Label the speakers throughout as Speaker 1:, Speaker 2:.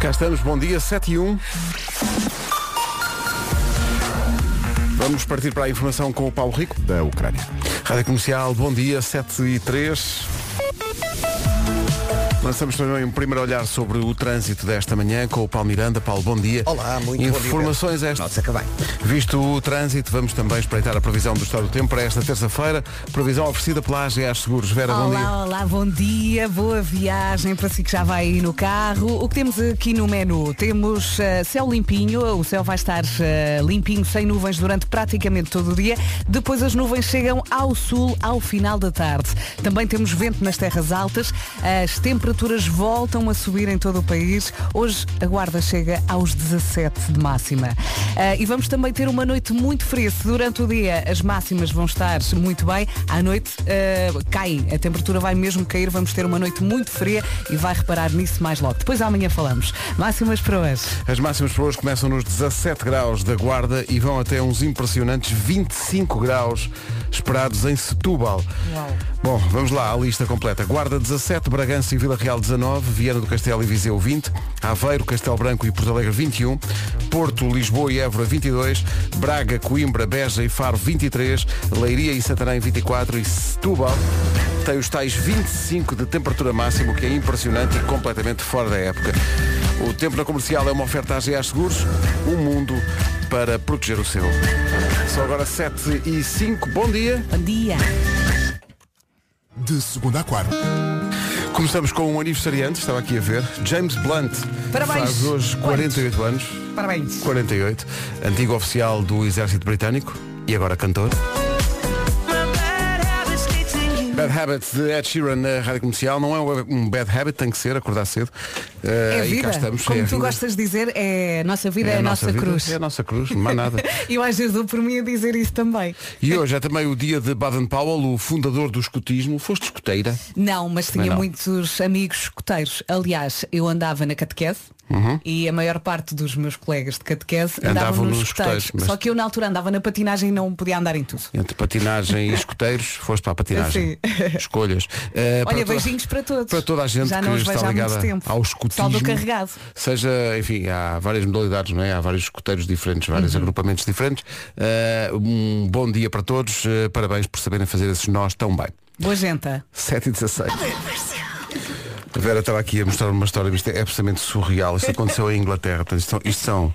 Speaker 1: Cá estamos, bom dia, 7 e 1. Vamos partir para a informação com o Paulo Rico, da Ucrânia. Rádio Comercial, bom dia, 7 e 3. Lançamos também um primeiro olhar sobre o trânsito desta manhã com o Paulo Miranda. Paulo, bom dia.
Speaker 2: Olá, muito bom dia, Pedro.
Speaker 1: Informações a esta
Speaker 2: Nossa, que bem.
Speaker 1: Visto o trânsito, vamos também espreitar a previsão do estado do tempo para esta terça-feira. Previsão oferecida pela AGA Seguros. Vera, bom dia.
Speaker 3: Olá, olá, bom dia, boa viagem para si que já vai aí no carro. O que temos aqui no menu? Temos eh, céu limpinho, o céu vai estar eh, limpinho, sem nuvens durante praticamente todo o dia. Depois as nuvens chegam ao sul ao final da tarde. Também temos vento nas terras altas, as temperaturas voltam a subir em todo o país. Hoje a guarda chega aos 17 de máxima. Eh, e vamos também ter uma noite muito fria. Se durante o dia as máximas vão estar muito bem, à noite eh, cai, a temperatura vai mesmo cair, vamos ter uma noite muito fria e vai reparar nisso mais logo. Depois amanhã falamos. Máximas para hoje.
Speaker 1: As máximas para hoje começam nos 17 graus da Guarda e vão até uns impressionantes 25 graus esperados em Setúbal.
Speaker 3: Uau.
Speaker 1: Bom, vamos lá à lista completa. Guarda 17, Bragança e Vila Real 19, Viana do Castelo e Viseu 20, Aveiro, Castelo Branco e Porto Alegre 21, Porto, Lisboa e Évora 22, Braga, Coimbra, Beja e Faro 23, Leiria e Santarém 24 e Setúbal tem os tais 25 de temperatura máxima, o que é impressionante e completamente fora da época. O tempo na comercial é uma oferta à GA Seguros, um mundo para proteger o seu. São agora 7 e 5, bom dia.
Speaker 3: Bom dia.
Speaker 4: De segunda a quarta.
Speaker 1: Começamos com um aniversariante, estava aqui a ver, James Blunt.
Speaker 3: Parabéns.
Speaker 1: Faz hoje 48 anos,
Speaker 3: Parabéns.
Speaker 1: 48, antigo oficial do Exército Britânico e agora cantor. Bad Habit de Ed Sheeran na Rádio Comercial não é um bad habit, tem que ser, acordar cedo. Uh,
Speaker 3: É
Speaker 1: e cá
Speaker 3: vida.
Speaker 1: estamos.
Speaker 3: Como
Speaker 1: é a
Speaker 3: tu
Speaker 1: vida.
Speaker 3: gostas de dizer, é nossa vida, é,
Speaker 1: a
Speaker 3: nossa,
Speaker 1: vida,
Speaker 3: cruz.
Speaker 1: É a nossa cruz, não há nada.
Speaker 3: Eu às vezes dou por mim a dizer isso também.
Speaker 1: E hoje é também o dia de Baden Powell, o fundador do escotismo. Foste escoteira?
Speaker 3: Não, mas tinha
Speaker 1: não.
Speaker 3: muitos amigos escoteiros. Aliás, eu andava na catequese e a maior parte dos meus colegas de catequese andavam,
Speaker 1: Uhum. Andavam
Speaker 3: nos
Speaker 1: nos
Speaker 3: escoteiros.
Speaker 1: escoteiros, mas- É
Speaker 3: Só que eu na altura andava na patinagem e não podia andar em tudo.
Speaker 1: Entre patinagem e escoteiros, foste para a patinagem.
Speaker 3: Sim.
Speaker 1: Escolhas. Eh, para
Speaker 3: Olha,
Speaker 1: toda-
Speaker 3: beijinhos para todos.
Speaker 1: Para toda a gente
Speaker 3: Já
Speaker 1: que
Speaker 3: não os vejo
Speaker 1: está
Speaker 3: há
Speaker 1: ligada
Speaker 3: muito tempo.
Speaker 1: ao
Speaker 3: Só
Speaker 1: escotismo.
Speaker 3: do carregado.
Speaker 1: Seja, enfim, há várias modalidades, não é? Há vários escoteiros diferentes,
Speaker 3: Uhum.
Speaker 1: vários agrupamentos diferentes. Eh, um bom dia para todos. eh, parabéns por saberem fazer esses nós tão bem.
Speaker 3: Boa gente.
Speaker 1: 7 e 16. A Vera estava aqui a mostrar uma história, mas isto é absolutamente surreal. Isto aconteceu em Inglaterra. Portanto, isto são. Isto são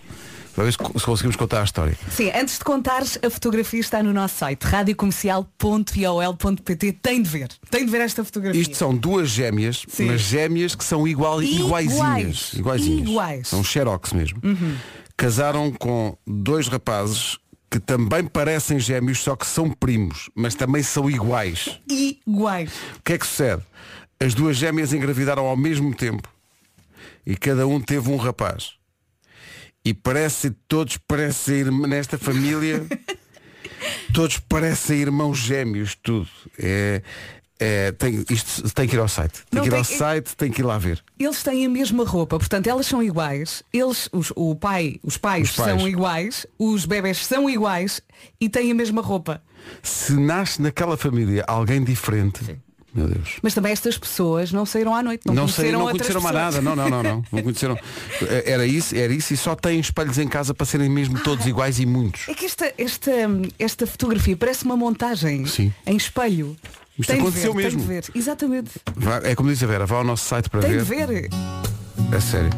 Speaker 1: talvez se conseguimos contar a história.
Speaker 3: Sim, antes de contares, a fotografia está no nosso site, radiocomercial.iol.pt. Tem de ver. Tem de ver esta fotografia.
Speaker 1: Isto são duas gêmeas,
Speaker 3: Sim.
Speaker 1: mas gêmeas que são igual,
Speaker 3: Iguais.
Speaker 1: iguaizinhas.
Speaker 3: Iguais. Uhum.
Speaker 1: São xerox mesmo. Casaram com dois rapazes que também parecem gêmeos, só que são primos, mas também são iguais.
Speaker 3: Iguais.
Speaker 1: O que é que sucede? As duas gêmeas engravidaram ao mesmo tempo e cada um teve um rapaz. E parece todos parecem irm- nesta família, todos parecem irmãos gêmeos, tudo. É, é, tem, isto tem que ir ao site. Tem
Speaker 3: Não
Speaker 1: que ir ao
Speaker 3: tem-
Speaker 1: site, tem que ir lá ver.
Speaker 3: Eles têm a mesma roupa, portanto elas são iguais, eles, os, o pai, os pais,
Speaker 1: Os pais.
Speaker 3: são iguais, os bebés são iguais e têm a mesma roupa.
Speaker 1: Se nasce naquela família alguém diferente, meu Deus.
Speaker 3: Mas também estas pessoas não saíram à noite, não,
Speaker 1: Não,
Speaker 3: conheceram,
Speaker 1: sei, não
Speaker 3: outras
Speaker 1: conheceram mais
Speaker 3: pessoas.
Speaker 1: nada, não, não, não, não. Não conheceram. É, Era isso, era isso e só têm espelhos em casa para serem mesmo todos iguais e muitos.
Speaker 3: É que esta, esta, esta fotografia parece uma montagem
Speaker 1: Sim.
Speaker 3: em espelho.
Speaker 1: Isto
Speaker 3: tem
Speaker 1: aconteceu
Speaker 3: de ver,
Speaker 1: mesmo.
Speaker 3: Tem de ver. Exatamente.
Speaker 1: Vá- É como diz a Vera, vá ao nosso site para
Speaker 3: Tem
Speaker 1: ver.
Speaker 3: de ver.
Speaker 1: É sério.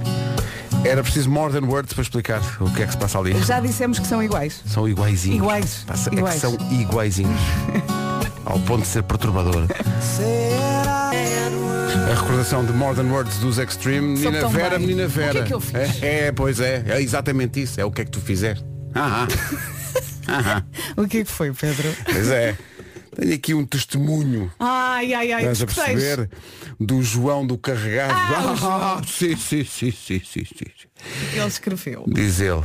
Speaker 1: Era preciso more than words para explicar o que é que se passa ali.
Speaker 3: Já dissemos que são iguais.
Speaker 1: São iguaizinhos.
Speaker 3: Iguais,
Speaker 1: Passa- é que
Speaker 3: iguais.
Speaker 1: são iguaizinhos. Ao ponto de ser perturbador. A recordação de More Than Words dos Extreme.
Speaker 3: Sou
Speaker 1: Menina
Speaker 3: tão
Speaker 1: Vera,
Speaker 3: bem.
Speaker 1: menina
Speaker 3: O que é
Speaker 1: Vera.
Speaker 3: que eu fiz?
Speaker 1: É, é, pois é. É exatamente isso. É o que é que tu fizeste. Aham. Aham.
Speaker 3: O que é que foi, Pedro?
Speaker 1: Pois é. Tenho aqui um testemunho.
Speaker 3: Ai, ai, ai,
Speaker 1: Estás a
Speaker 3: gostei.
Speaker 1: perceber? Do João do Carregado.
Speaker 3: Ah, o João.
Speaker 1: sim, sim, sim, sim, sim, sim.
Speaker 3: Ele escreveu.
Speaker 1: Diz ele,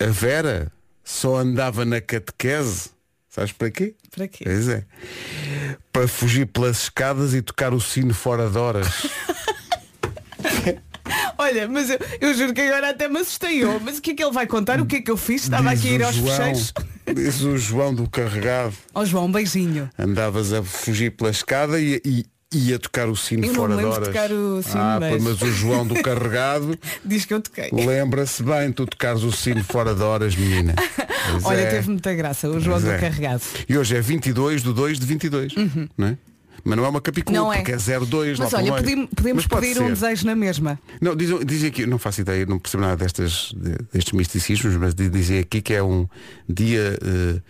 Speaker 1: a Vera só andava na catequese. Sabes para quê?
Speaker 3: Para quê?
Speaker 1: Pois é. Para fugir pelas escadas e tocar o sino fora de horas.
Speaker 3: Olha, mas eu, eu juro que agora até me assustei. eu. Mas o que é que ele vai contar? O que é que eu fiz? Estava
Speaker 1: Diz
Speaker 3: aqui a ir
Speaker 1: o
Speaker 3: aos
Speaker 1: João-
Speaker 3: fecheiros.
Speaker 1: Diz o João do carregado.
Speaker 3: Ó João, um beijinho.
Speaker 1: Andavas a fugir pela escada e, e, ia tocar o sino
Speaker 3: Eu não
Speaker 1: fora
Speaker 3: me
Speaker 1: de
Speaker 3: lembro
Speaker 1: horas.
Speaker 3: de tocar o sino,
Speaker 1: ah,
Speaker 3: mas-
Speaker 1: pô, mas o João do Carregado
Speaker 3: Diz que eu toquei.
Speaker 1: lembra-se bem, tu tocares o sino fora de horas, menina. Pois
Speaker 3: Olha,
Speaker 1: é.
Speaker 3: teve muita graça, o João
Speaker 1: Pois
Speaker 3: do
Speaker 1: é.
Speaker 3: Carregado. Uhum.
Speaker 1: E hoje é 22 de 2 de 22, não é? Mas não é uma capicula,
Speaker 3: Não é.
Speaker 1: porque é 02
Speaker 3: Mas
Speaker 1: lá pelo
Speaker 3: olha,
Speaker 1: meio.
Speaker 3: podemos, podemos
Speaker 1: Mas pode
Speaker 3: pedir
Speaker 1: ser.
Speaker 3: um desejo na mesma.
Speaker 1: Não, dizem dizem aqui, não faço ideia, não percebo nada destas, de- destes misticismos, mas di- dizem aqui que é um dia, eh,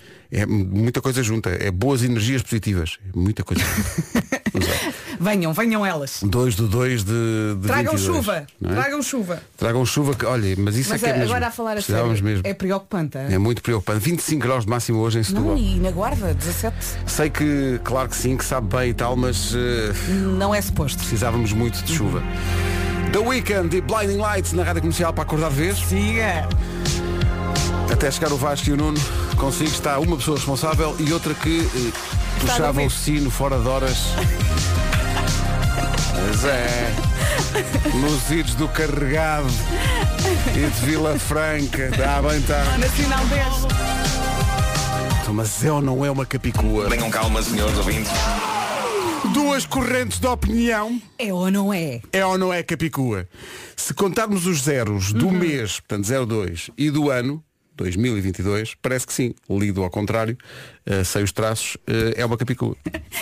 Speaker 1: é muita coisa junta, é boas energias positivas, é muita coisa junta. Vamos lá.
Speaker 3: Venham, venham elas.
Speaker 1: 2 de 2 de, de
Speaker 3: Tragam
Speaker 1: 22,
Speaker 3: chuva,
Speaker 1: não é?
Speaker 3: tragam chuva.
Speaker 1: Tragam chuva, que, olha, mas isso
Speaker 3: Mas
Speaker 1: é que é
Speaker 3: a-
Speaker 1: mesmo.
Speaker 3: agora a falar a
Speaker 1: Precisávamos
Speaker 3: sério,
Speaker 1: mesmo.
Speaker 3: é preocupante.
Speaker 1: É...
Speaker 3: hein?
Speaker 1: muito preocupante. 25 graus de máximo hoje em Setúbal.
Speaker 3: Não, é? e na guarda, 17,
Speaker 1: Sei que, claro que sim, que sabe bem e tal, mas eh,
Speaker 3: não é suposto.
Speaker 1: precisávamos muito de chuva. The Weekend e Blinding Lights na rádio comercial para acordar de vez.
Speaker 3: Siga!
Speaker 1: Até chegar o Vasco e o Nuno, consigo está uma pessoa responsável e outra que eh,
Speaker 3: a
Speaker 1: puxava
Speaker 3: dormir.
Speaker 1: o sino fora de horas. Mas é. Nos idos do carregado e de Vila Franca. Dá bem, tá.
Speaker 3: Nacional 10.
Speaker 1: Mas eu não é uma capicua.
Speaker 2: Tenham calma, senhores ouvintes.
Speaker 1: Duas correntes de opinião.
Speaker 3: É ou não é?
Speaker 1: É ou não é Capicua? Se contarmos os zeros do mês, portanto 02, e do ano, 2022, parece que sim. Lido ao contrário, eh, sem os traços, eh, é uma Capicua.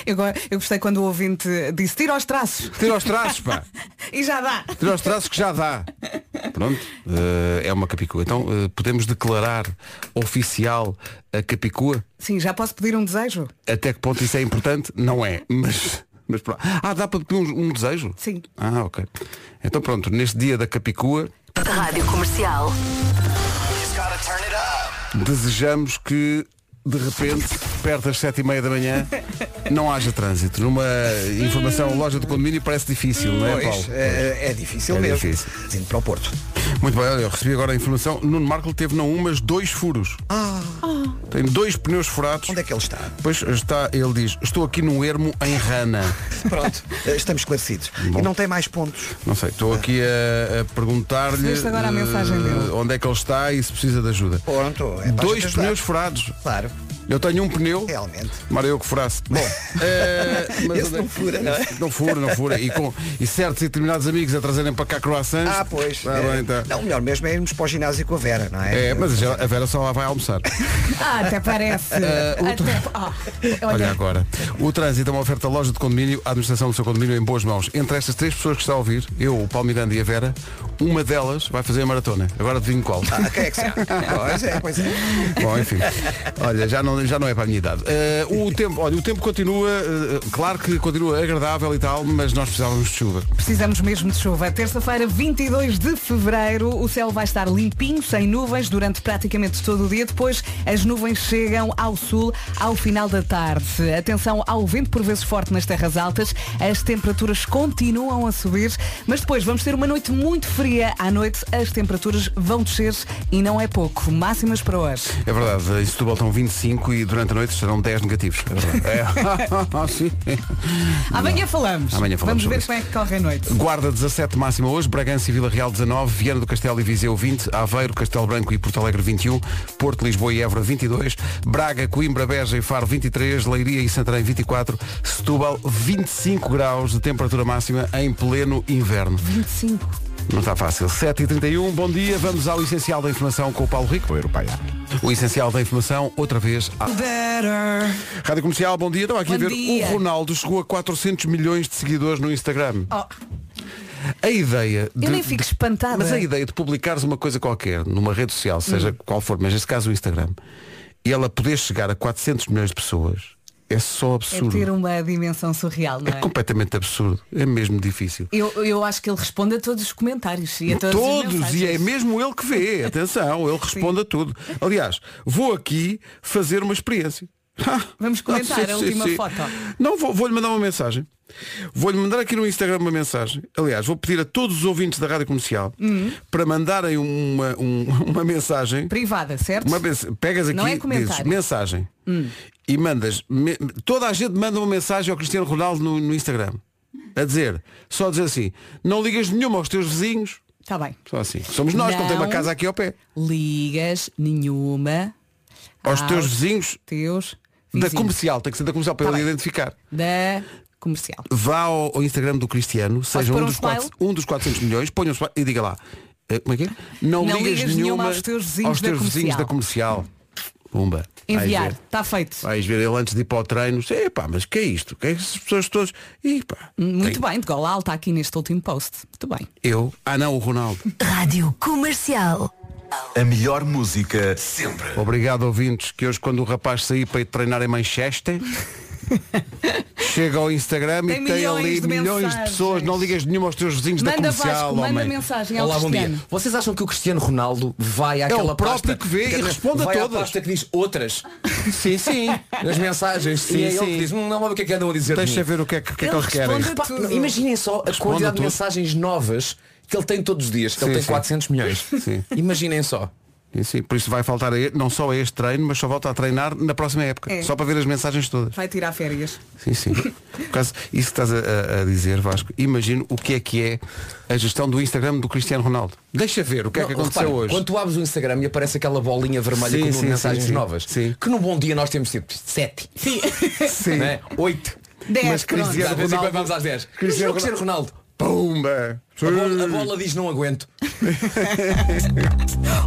Speaker 3: Eu, go- eu gostei quando o ouvinte disse tira os traços
Speaker 1: Tira os traços, pá!
Speaker 3: e já dá.
Speaker 1: Tira os traços que já dá. Pronto, eh, é uma Capicua. Então eh, podemos declarar oficial a Capicua?
Speaker 3: Sim, já posso pedir um desejo?
Speaker 1: Até que ponto isso é importante? Não é, mas... Mas pronto. Ah, dá para pedir um, um desejo?
Speaker 3: Sim.
Speaker 1: Ah, ok. Então pronto, neste dia da Capicua,
Speaker 5: Rádio Comercial.
Speaker 1: desejamos que de repente, perto das sete e meia da manhã, não haja trânsito. Numa informação loja do condomínio parece difícil, não é Paulo?
Speaker 6: Pois, é, é difícil
Speaker 1: É
Speaker 6: mesmo.
Speaker 1: difícil.
Speaker 6: Indo para o Porto.
Speaker 1: Muito bem, olha, eu recebi agora a informação. Nuno Marco teve não um, mas dois furos. Tem dois pneus furados.
Speaker 6: Onde é que ele está?
Speaker 1: Pois está, ele diz, estou aqui num ermo em rana.
Speaker 6: Pronto, eh, estamos esclarecidos. E não tem mais pontos.
Speaker 1: Não sei, estou aqui a, a perguntar-lhe
Speaker 3: Recebeste agora a mensagem
Speaker 1: eh,
Speaker 3: dele.
Speaker 1: onde é que ele está e se precisa de ajuda.
Speaker 6: Pronto, é para a
Speaker 1: Dois
Speaker 6: gente ajudar.
Speaker 1: pneus furados.
Speaker 6: Claro,
Speaker 1: Eu tenho um pneu.
Speaker 6: realmente.
Speaker 1: Mara eu que furasse. Bom, eh, mas
Speaker 6: Esse
Speaker 1: onde é-
Speaker 6: não fura, não é?
Speaker 1: Não fura, não fura. E, com, e certos e determinados amigos a trazerem para cá croissants.
Speaker 6: Ah, pois.
Speaker 1: Ah,
Speaker 6: eh,
Speaker 1: bem, tá.
Speaker 6: Não, o melhor mesmo é irmos para o ginásio com a Vera, não é?
Speaker 1: É, mas já- a Vera só lá vai almoçar.
Speaker 3: Ah, até parece. Até- Ah,
Speaker 1: Olha
Speaker 3: olha,
Speaker 1: agora. O trânsito é uma oferta loja de condomínio, a administração do seu condomínio é em boas mãos. Entre estas três pessoas que está a ouvir, eu, o Paulo Miranda e a Vera, uma delas vai fazer a maratona. Agora adivinho qual.
Speaker 6: Ah, quem é que será? pois é, pois é.
Speaker 1: Bom, enfim. Olha, já não, já não é para a minha idade. Eh, o tempo, olha, o tempo continua, eh, claro que continua agradável e tal, mas nós precisávamos de chuva.
Speaker 3: precisamos mesmo de chuva. Terça-feira, 22 de fevereiro, o céu vai estar limpinho, sem nuvens, durante praticamente todo o dia. Depois, as nuvens chegam ao sul ao final da tarde. Atenção ao vento por vezes forte nas terras altas. As temperaturas continuam a subir, mas depois vamos ter uma noite muito fria. À noite, as temperaturas vão descer e não é pouco. Máximas para hoje.
Speaker 1: É verdade, em Setúbal estão 25 e durante a noite serão 10 negativos. É verdade. É. Sim.
Speaker 3: Amanhã falamos.
Speaker 1: Amanhã falamos
Speaker 3: Vamos
Speaker 1: sobre
Speaker 3: ver
Speaker 1: isso.
Speaker 3: como é que corre a noite.
Speaker 1: Guarda 17 máxima hoje, Bragança e Vila Real 19, Viana do Castelo e Viseu 20, Aveiro, Castelo Branco e Porto Alegre 21, Porto, Lisboa e Évora 22, Braga, Coimbra, Beja e Faro 23, Leiria e Santarém 24, Setúbal 25 graus de temperatura máxima em pleno inverno.
Speaker 3: 25.
Speaker 1: Não está fácil. 7h31, bom dia, vamos ao essencial da informação com o Paulo Rico. Europeia. O essencial da informação, outra vez, à Rádio Comercial, bom dia. Estava aqui a
Speaker 3: Bom
Speaker 1: ver,
Speaker 3: dia.
Speaker 1: o Ronaldo chegou a 400 milhões de seguidores no Instagram.
Speaker 3: Oh,
Speaker 1: A ideia de,
Speaker 3: eu nem fico
Speaker 1: de-
Speaker 3: espantada. Hum.
Speaker 1: Mas a ideia de publicares uma coisa qualquer numa rede social, seja qual for, mas neste caso o Instagram, e ela poder chegar a 400 milhões de pessoas, é só
Speaker 3: é
Speaker 1: absurdo.
Speaker 3: ter uma dimensão surreal, não
Speaker 1: É
Speaker 3: é?
Speaker 1: completamente absurdo. É mesmo difícil.
Speaker 3: Eu, eu acho que ele responde a todos os comentários e a todas as
Speaker 1: Todos,
Speaker 3: mensagens.
Speaker 1: e é mesmo ele que vê, atenção, ele responde a tudo. Aliás, vou aqui fazer uma experiência.
Speaker 3: Vamos comentar a última foto.
Speaker 1: Não, vou- vou-lhe mandar uma mensagem. Vou-lhe mandar aqui no Instagram uma mensagem. Aliás, vou pedir a todos os ouvintes da Rádio Comercial
Speaker 3: Hum.
Speaker 1: para mandarem uma, um- uma mensagem.
Speaker 3: Privada, certo?
Speaker 1: Uma mens- pegas aqui,
Speaker 3: Não é comentário. Hum.
Speaker 1: dizes mensagem e mandas. me- toda a gente manda uma mensagem ao Cristiano Ronaldo no, no Instagram. A dizer, só dizer assim, não ligas nenhuma aos teus vizinhos.
Speaker 3: Está Tá bem.
Speaker 1: Só assim. Somos nós que não tem uma
Speaker 3: Não.
Speaker 1: casa aqui ao pé.
Speaker 3: Ligas nenhuma
Speaker 1: Aos
Speaker 3: aos
Speaker 1: teus vizinhos
Speaker 3: teus
Speaker 1: da
Speaker 3: Ah, vizinhos.
Speaker 1: comercial, tem que ser da comercial para
Speaker 3: Tá
Speaker 1: ele
Speaker 3: bem.
Speaker 1: identificar.
Speaker 3: Da comercial.
Speaker 1: Vá ao, ao Instagram do Cristiano, seja
Speaker 3: pôr
Speaker 1: um
Speaker 3: um
Speaker 1: dos,
Speaker 3: smile?
Speaker 1: quatro, um dos 400 milhões, ponha um smile e diga lá. eh, Como é que é? Não,
Speaker 3: Não ligas nenhuma aos teus vizinhos
Speaker 1: aos
Speaker 3: da
Speaker 1: teus vizinhos da comercial. Pumba. Vais
Speaker 3: Enviar,
Speaker 1: ver.
Speaker 3: está feito.
Speaker 1: Vais ver ele antes de ir para o treino. "Sei, Epá, mas que é isto? Que é que essas pessoas todas. E pá.
Speaker 3: Muito bem, de gola alta aqui neste último post. Muito bem.
Speaker 1: Eu? Ah não, o Ronaldo.
Speaker 2: Rádio Comercial.
Speaker 5: A melhor música sempre.
Speaker 1: Obrigado, ouvintes, que hoje quando o rapaz sair para ir treinar em Manchester, chega ao Instagram
Speaker 3: Tem
Speaker 1: e tem ali
Speaker 3: milhões de
Speaker 1: milhões de
Speaker 3: mensagens.
Speaker 1: pessoas. Não ligas nenhuma aos teus vizinhos da
Speaker 3: Manda
Speaker 1: comercial,
Speaker 3: Vasco, manda
Speaker 1: homem.
Speaker 3: mensagem ao
Speaker 7: Olá, bom dia.
Speaker 3: É Cristiano.
Speaker 7: Vocês acham que o Cristiano Ronaldo vai àquela
Speaker 1: É o próprio
Speaker 7: pasta
Speaker 1: que vê e responde a
Speaker 7: vai à
Speaker 1: todas.
Speaker 7: pasta que diz outras
Speaker 1: Sim, sim.
Speaker 7: nas mensagens.
Speaker 1: Sim,
Speaker 7: e é
Speaker 1: sim.
Speaker 7: ele que diz, "Hum, não vou ver o que é que andam a dizer. de mim."
Speaker 1: Deixa ver o que é que, o que, é que
Speaker 3: Ele
Speaker 1: eles querem.
Speaker 3: responde-
Speaker 7: Pá,
Speaker 3: Tudo.
Speaker 7: imaginem só a quantidade de
Speaker 1: tudo.
Speaker 7: mensagens novas que ele tem todos os dias.
Speaker 1: Sim,
Speaker 7: ele tem
Speaker 1: sim.
Speaker 7: 400 milhões.
Speaker 1: Sim.
Speaker 7: Imaginem só.
Speaker 1: E sim, por isso vai faltar a- não só a este treino, mas só volta a treinar na próxima época.
Speaker 3: É.
Speaker 1: Só para ver as mensagens todas.
Speaker 3: Vai tirar férias.
Speaker 1: Sim, sim. Por causa, isso que estás a, a- a dizer, Vasco, imagino o que é que é a gestão do Instagram do Cristiano Ronaldo. Deixa ver o que é que
Speaker 7: Não,
Speaker 1: aconteceu
Speaker 7: repara,
Speaker 1: hoje.
Speaker 7: Quando tu abres o Instagram e aparece aquela bolinha vermelha
Speaker 1: Sim,
Speaker 7: com
Speaker 1: sim,
Speaker 7: mensagens
Speaker 1: sim, sim.
Speaker 7: novas.
Speaker 1: Sim.
Speaker 7: Que num bom dia nós temos tipo 7. Sim. é?
Speaker 1: Sim.
Speaker 7: 8.
Speaker 1: Mas
Speaker 3: 10, pronto.
Speaker 1: Cristiano
Speaker 7: Às vezes
Speaker 1: Ronaldo-
Speaker 7: quando vamos às 10.
Speaker 1: Cristiano
Speaker 7: Cristiano, Cristiano Ronaldo.
Speaker 1: Pumba!
Speaker 7: A bola, a bola diz não aguento.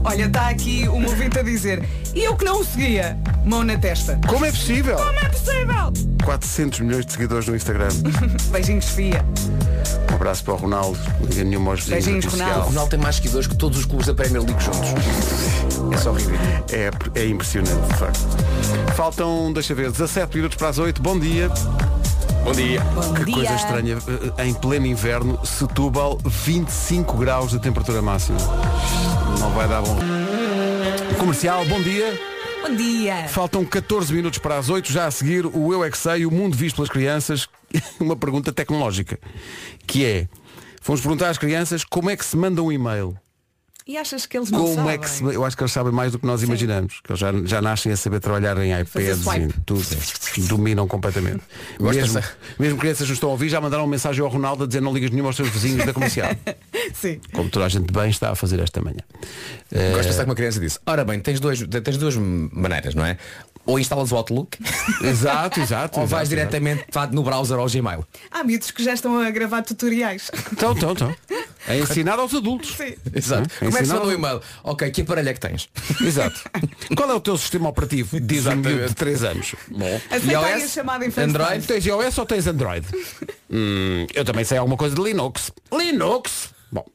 Speaker 3: Olha, está aqui um ouvinte a dizer. E eu que não o seguia. Mão na testa.
Speaker 1: Como é possível?
Speaker 3: Não é possível!
Speaker 1: 400 milhões de seguidores no Instagram.
Speaker 3: Beijinhos, Sofia.
Speaker 1: Um abraço para o Ronaldo. Não diga nenhuma aos vizinhos
Speaker 3: Beijinhos,
Speaker 1: do
Speaker 7: O
Speaker 1: comercial.
Speaker 3: Ronaldo.
Speaker 7: Ronaldo tem mais seguidores que todos os clubes da Premier League juntos. É só horrível.
Speaker 1: É, é impressionante, de facto. Faltam, deixa ver, 17 minutos para as 8. Bom dia.
Speaker 7: Bom dia.
Speaker 3: Bom
Speaker 1: Que
Speaker 3: dia.
Speaker 1: coisa estranha. Eh, Em pleno inverno, Setúbal, 25 graus de temperatura máxima. Não vai dar bom. Comercial, bom dia.
Speaker 3: Bom dia.
Speaker 1: Faltam 14 minutos para as 8. Já a seguir, o Eu É Que Sei, o mundo visto pelas crianças. Uma pergunta tecnológica. Que é, fomos perguntar às crianças como é que se manda um e-mail.
Speaker 3: E achas que eles não
Speaker 1: Como
Speaker 3: sabem?
Speaker 1: é que se... Eu acho que eles sabem mais do que nós imaginamos. Que eles já, já nascem a saber trabalhar em iPads e
Speaker 3: swipe.
Speaker 1: tudo. Dominam completamente.
Speaker 7: Gosto
Speaker 1: Mesmo,
Speaker 7: dessa.
Speaker 1: mesmo crianças que nos estão a ouvir já mandaram uma mensagem ao Ronaldo a dizer não ligas nenhuma aos teus vizinhos da comercial.
Speaker 3: Sim.
Speaker 1: Como toda a gente bem está a fazer esta manhã. É.
Speaker 7: Gosto de pensar que uma criança disse, ora bem, tens, dois, tens duas maneiras, não é? Ou instalas o Outlook
Speaker 1: Exato, exato.
Speaker 7: ou
Speaker 1: exato, Uhum.
Speaker 7: vais
Speaker 1: exato.
Speaker 7: diretamente pá, no browser ao Gmail.
Speaker 3: Há miúdos que já estão a gravar tutoriais.
Speaker 1: Então, então, então. É ensinar aos adultos.
Speaker 3: Sim.
Speaker 7: Exato.
Speaker 1: Hum?
Speaker 7: Como é que se
Speaker 1: Ensinar-
Speaker 7: manda o e-mail? Ok, que aparelho é que tens?
Speaker 1: Exato. Qual é o teu sistema operativo? Diz um
Speaker 7: Exatamente.
Speaker 1: miúdo de 3 anos. Bom.
Speaker 3: Aceita aí a
Speaker 7: iOS?
Speaker 3: chamada em FaceTime.
Speaker 7: Android?
Speaker 1: Tens iOS ou tens Android? Hum, eu também sei alguma coisa de Linux. Linux! Bom.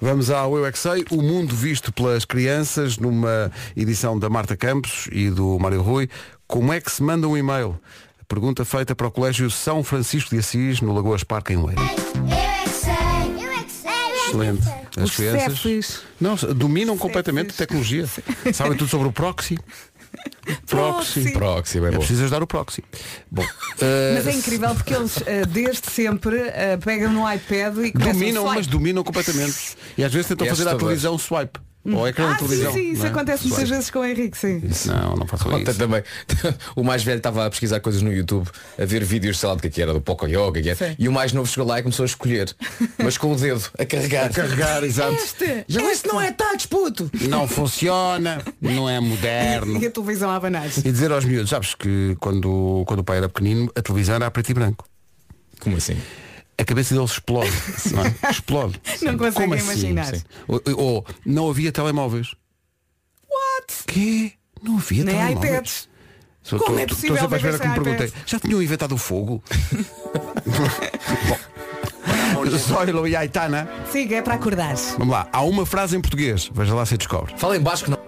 Speaker 1: Vamos ao Eu é Que Sei, o mundo visto pelas crianças, numa edição da Marta Campos e do Mário Rui. Como é que se manda um e-mail? Pergunta feita para o Colégio São Francisco de Assis, no Lagoas Parque, em Leiria. Excelente. As
Speaker 3: Os
Speaker 1: crianças
Speaker 3: chefes.
Speaker 1: não, dominam completamente a tecnologia. Sabem tudo sobre o proxy.
Speaker 3: Proxy.
Speaker 7: Proxy, bem
Speaker 1: É preciso ajudar o proxy. Bom, eh,
Speaker 3: Mas é incrível porque eles eh, desde sempre eh, pegam no iPad e começam
Speaker 1: Dominam,
Speaker 3: um swipe.
Speaker 1: mas dominam completamente. E às vezes tentam
Speaker 7: É
Speaker 1: fazer à
Speaker 7: assustador.
Speaker 1: televisão swipe. Ou ecrã
Speaker 3: Ah,
Speaker 1: de televisão.
Speaker 3: sim, sim, isso
Speaker 1: não é?
Speaker 3: acontece muitas
Speaker 1: Swipe.
Speaker 3: vezes com o Henrique, sim.
Speaker 1: Não, não faço
Speaker 7: Ontem
Speaker 1: isso.
Speaker 7: também o mais velho estava a pesquisar coisas no YouTube, a ver vídeos, sei lá do que, é que era, do Poco Yoga, que é,
Speaker 3: Sim.
Speaker 7: e o mais novo chegou lá e começou a escolher, mas com o dedo, a carregar.
Speaker 1: Carregar, exato.
Speaker 3: Este,
Speaker 7: Já este não é touch, puto!
Speaker 1: Não funciona, não é moderno.
Speaker 3: E a televisão a banais.
Speaker 1: E dizer aos miúdos, sabes que quando, quando o pai era pequenino, a televisão era a preto e branco.
Speaker 7: Como assim?
Speaker 1: A cabeça deles explode. não é? Explode.
Speaker 3: Não conseguem
Speaker 1: Como assim?
Speaker 3: imaginar.
Speaker 1: Sim. Ou, ou não havia telemóveis.
Speaker 3: What?
Speaker 1: Quê? Não havia
Speaker 3: Nem
Speaker 1: telemóveis.
Speaker 3: iPads.
Speaker 1: Só
Speaker 3: Como
Speaker 1: tô-
Speaker 3: é
Speaker 1: tô-
Speaker 3: possível
Speaker 1: Estou sempre à
Speaker 3: viver
Speaker 1: espera que
Speaker 3: sem
Speaker 1: me perguntem.
Speaker 3: iPad?
Speaker 1: Já tinham inventado o fogo? Bom. Zoilo e Aitana.
Speaker 3: Siga, é para acordar.
Speaker 1: Vamos lá. Há uma frase em português. Veja lá se descobre.
Speaker 7: Fala em baixo que não.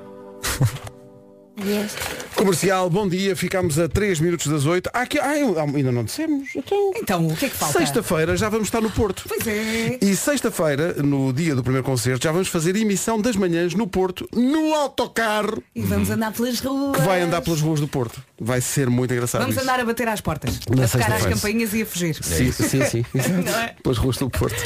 Speaker 1: Comercial, bom dia. Ficámos a 3 minutos das 8. Ah, que, ah, eu- ah, ainda não dissemos. Então,
Speaker 3: Então, o que é que falta?
Speaker 1: sexta-feira já vamos estar no Porto.
Speaker 3: Pois é.
Speaker 1: E sexta-feira, no dia do primeiro concerto, já vamos fazer emissão das manhãs no Porto, no autocarro,
Speaker 3: E vamos andar pelas ruas.
Speaker 1: que vai andar pelas ruas do Porto. Vai ser muito engraçado.
Speaker 3: Vamos
Speaker 1: isso.
Speaker 3: andar a bater às portas.
Speaker 1: Na
Speaker 3: a tocar às
Speaker 1: sexta-feira. É
Speaker 3: campainhas e a fugir.
Speaker 1: Sim, sim, sim.
Speaker 3: Não é?
Speaker 1: Pelas ruas do Porto.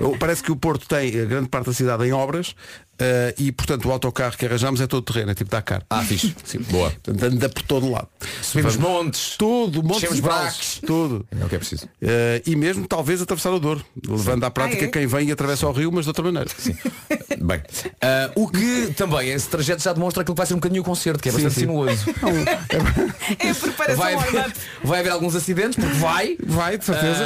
Speaker 1: Oh, Parece que o Porto tem eh, grande parte da cidade em obras eh, e, portanto, o autocarro que arranjamos é todo terreno, é tipo Dakar.
Speaker 7: Ah, fixe. Boa.
Speaker 1: Portanto, anda por todo lado.
Speaker 7: Subimos
Speaker 1: Vamos-
Speaker 7: montes.
Speaker 1: Tudo, montes
Speaker 7: Descemos
Speaker 1: de braços.
Speaker 7: braques.
Speaker 1: Tudo.
Speaker 7: É o que é preciso.
Speaker 1: Eh, e mesmo talvez atravessar o Douro, levando à prática
Speaker 3: Ah, é?
Speaker 1: quem vem e atravessa o rio, mas de outra maneira.
Speaker 7: Bem, ah, o que também esse trajeto já demonstra aquilo que vai ser um bocadinho o concerto, que é
Speaker 1: Sim,
Speaker 7: bastante
Speaker 1: sim.
Speaker 7: sinuoso.
Speaker 3: É preparação
Speaker 7: Vai
Speaker 3: ao
Speaker 7: haver,
Speaker 3: debate.
Speaker 7: vai haver alguns acidentes, porque vai.
Speaker 1: Vai, de certeza.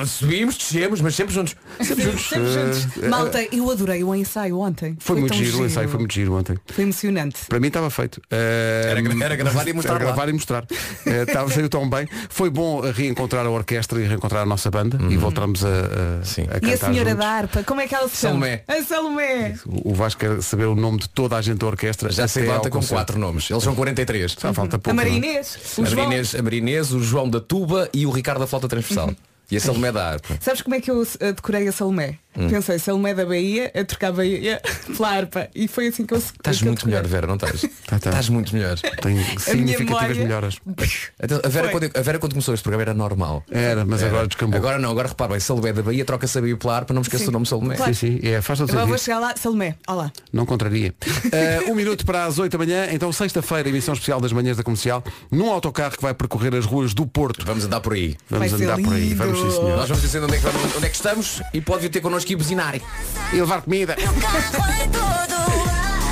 Speaker 7: Ah, subimos, descemos, mas sempre juntos. Sempre juntos.
Speaker 3: Estamos juntos. Malta, eu adorei o ensaio ontem.
Speaker 1: Foi, muito
Speaker 3: tão
Speaker 1: giro, o ensaio foi muito giro ontem.
Speaker 3: Foi emocionante.
Speaker 1: Para mim estava feito. Eh,
Speaker 7: Era gra- era gravar e mostrar
Speaker 1: Era
Speaker 7: lá.
Speaker 1: gravar e mostrar. Eh, Estava saiu tão bem. Foi bom reencontrar a orquestra e reencontrar a nossa banda e voltamos a, a-
Speaker 7: Uhum. Sim.
Speaker 1: a cantar
Speaker 3: E a senhora
Speaker 1: juntos.
Speaker 3: da harpa, como é que ela se chama?
Speaker 7: Salomé.
Speaker 3: A Salomé.
Speaker 1: O o Vasco quer saber o nome de toda a gente da orquestra.
Speaker 7: Já se
Speaker 1: até ao
Speaker 7: levanta com
Speaker 1: concerto.
Speaker 7: quatro nomes. Eles são 43.
Speaker 1: Já falta pouco.
Speaker 3: A
Speaker 1: não é?
Speaker 3: Marinês.
Speaker 7: a Marinês, a Marinês, o João da Tuba e o Ricardo da Flauta Transversal.
Speaker 1: Uhum.
Speaker 7: E a Salomé da Harpa.
Speaker 3: Sabes como é que eu eh, decorei a Salomé? Pensei, Salomé da Bahia, a trocar Bahia pela harpa. E foi assim que eu
Speaker 7: Estás
Speaker 3: que eu
Speaker 7: muito
Speaker 3: decorei.
Speaker 7: melhor, Vera, não estás?
Speaker 1: Tá, tá.
Speaker 7: Estás muito melhor.
Speaker 1: Tem
Speaker 3: A minha
Speaker 1: significativas
Speaker 3: memória-
Speaker 1: melhoras.
Speaker 7: Então, a, Vera,
Speaker 3: Foi.
Speaker 7: quando, a Vera quando começou este programa era normal.
Speaker 1: Era, mas agora descambou.
Speaker 7: Agora não, agora repara bem, Salomé da Bahia troca-se a Bahia pela Harpa, não me esqueça
Speaker 3: Sim.
Speaker 7: o nome Salomé.
Speaker 3: Claro.
Speaker 1: Sim, sim, é, faz todo
Speaker 3: Agora vou
Speaker 1: sentido.
Speaker 3: chegar lá, Salomé, olá.
Speaker 1: Não contraria. Eh, um minuto para as 8 da manhã, então sexta-feira, emissão especial das manhãs da comercial, num autocarro que vai percorrer as ruas do Porto.
Speaker 7: Vamos andar por aí.
Speaker 1: Vamos
Speaker 3: Vai ser
Speaker 1: andar por aí,
Speaker 3: lindo.
Speaker 1: vamos sim senhor.
Speaker 7: Nós vamos dizer onde é que, vamos- onde é que estamos e pode vir ter connosco e buzinar.
Speaker 1: E levar comida.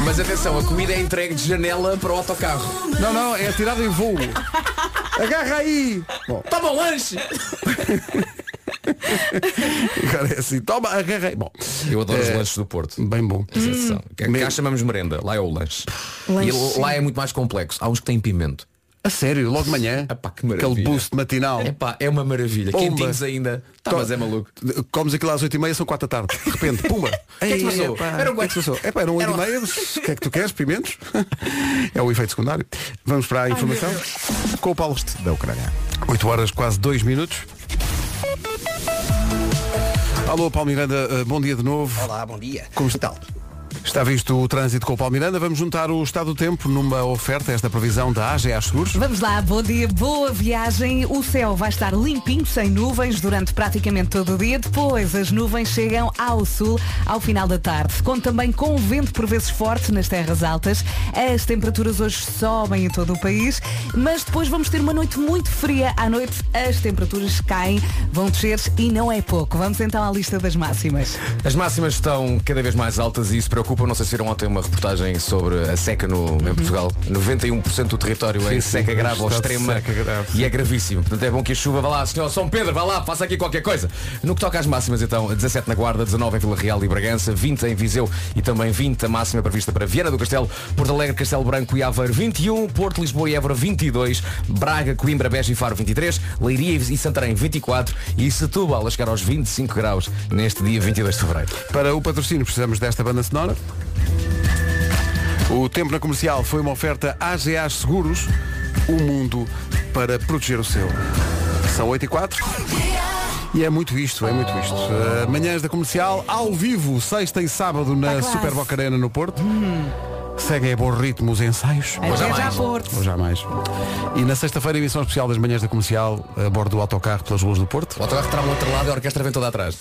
Speaker 7: Mas atenção, a comida é entregue de janela para o autocarro.
Speaker 1: Não, não, é atirado em voo. Agarra aí! Bom,
Speaker 7: Toma um lanche!
Speaker 1: agora é assim, toma, agarra aí. Bom,
Speaker 7: Eu adoro os
Speaker 1: É.
Speaker 7: lanches do Porto.
Speaker 1: bem bom.
Speaker 7: Sensação. Que- Cá chamamos merenda, lá é o lanche.
Speaker 3: Lanche,
Speaker 7: E
Speaker 3: sim.
Speaker 7: lá é muito mais complexo. Há uns que têm pimento.
Speaker 1: A sério, logo de manhã,
Speaker 7: Epá, que maravilha.
Speaker 1: aquele boost matinal.
Speaker 7: Epá, é uma maravilha.
Speaker 1: Pumba.
Speaker 7: Quentinhos ainda. Tá,
Speaker 1: To-
Speaker 7: mas é maluco.
Speaker 1: Comes aquilo às 8h30, são 4 da tarde. De repente, pumba.
Speaker 7: é que
Speaker 1: Ei,
Speaker 7: se passou?
Speaker 1: epá,
Speaker 7: Era um
Speaker 1: o que é que se
Speaker 7: quatro.
Speaker 1: passou? Epá, eram
Speaker 7: Era um-
Speaker 1: 8h30. O que é que tu queres? Pimentos? É o efeito secundário. Vamos para a informação com o Paulo Este da Ucrânia. 8 horas, quase 2 minutos. Alô, Paulo Miranda, eh, bom dia de novo.
Speaker 6: Olá, bom dia.
Speaker 1: Como está? Está visto o trânsito com o Paulo Miranda. Vamos juntar o estado do tempo numa oferta, esta previsão da AGA Seguros.
Speaker 3: Vamos lá, bom dia, boa viagem. O céu vai estar limpinho, sem nuvens, durante praticamente todo o dia. Depois, as nuvens chegam ao sul ao final da tarde. Conto também com vento por vezes forte nas terras altas. As temperaturas hoje sobem em todo o país, mas depois vamos ter uma noite muito fria. À noite, as temperaturas caem, vão descer e não é pouco. Vamos então à lista das máximas.
Speaker 7: As máximas estão cada vez mais altas e isso preocupa. Não sei se viram ontem uma reportagem sobre a seca no, em Portugal. 91% do território é em
Speaker 1: Uhum. sim,
Speaker 7: seca
Speaker 1: um
Speaker 7: grave ou
Speaker 1: estado de
Speaker 7: extrema.
Speaker 1: seca grave,
Speaker 7: E é gravíssimo. Portanto, é bom que a chuva vá lá, senhor São Pedro, vá lá, faça aqui qualquer coisa. No que toca às máximas, então, 17 na Guarda, 19 em Vila Real e Bragança, 20 em Viseu e também 20 a máxima prevista para Viana do Castelo, Porto Alegre, Castelo Branco e Aveiro 21, Porto, Lisboa e Évora 22, Braga, Coimbra, Beja e Faro 23, Leiria e Santarém 24 e Setúbal a chegar aos 25 graus neste dia 22 de Fevereiro.
Speaker 1: Para o patrocínio precisamos desta banda sonora. O tempo na comercial foi uma oferta AGA Seguros, o mundo para proteger o seu. São 8 e 4. E é muito isto, é muito isto. Uh, manhãs da comercial, ao vivo, sexta e sábado na
Speaker 3: classe.
Speaker 1: Super Boca Arena no Porto. Seguem a bom ritmo os ensaios.
Speaker 3: Até já, Porto.
Speaker 1: Ou jamais. E na sexta-feira, emissão especial das manhãs da comercial, a bordo do autocarro pelas ruas do Porto.
Speaker 7: O autocarro terá um outro lado e a orquestra vem toda atrás.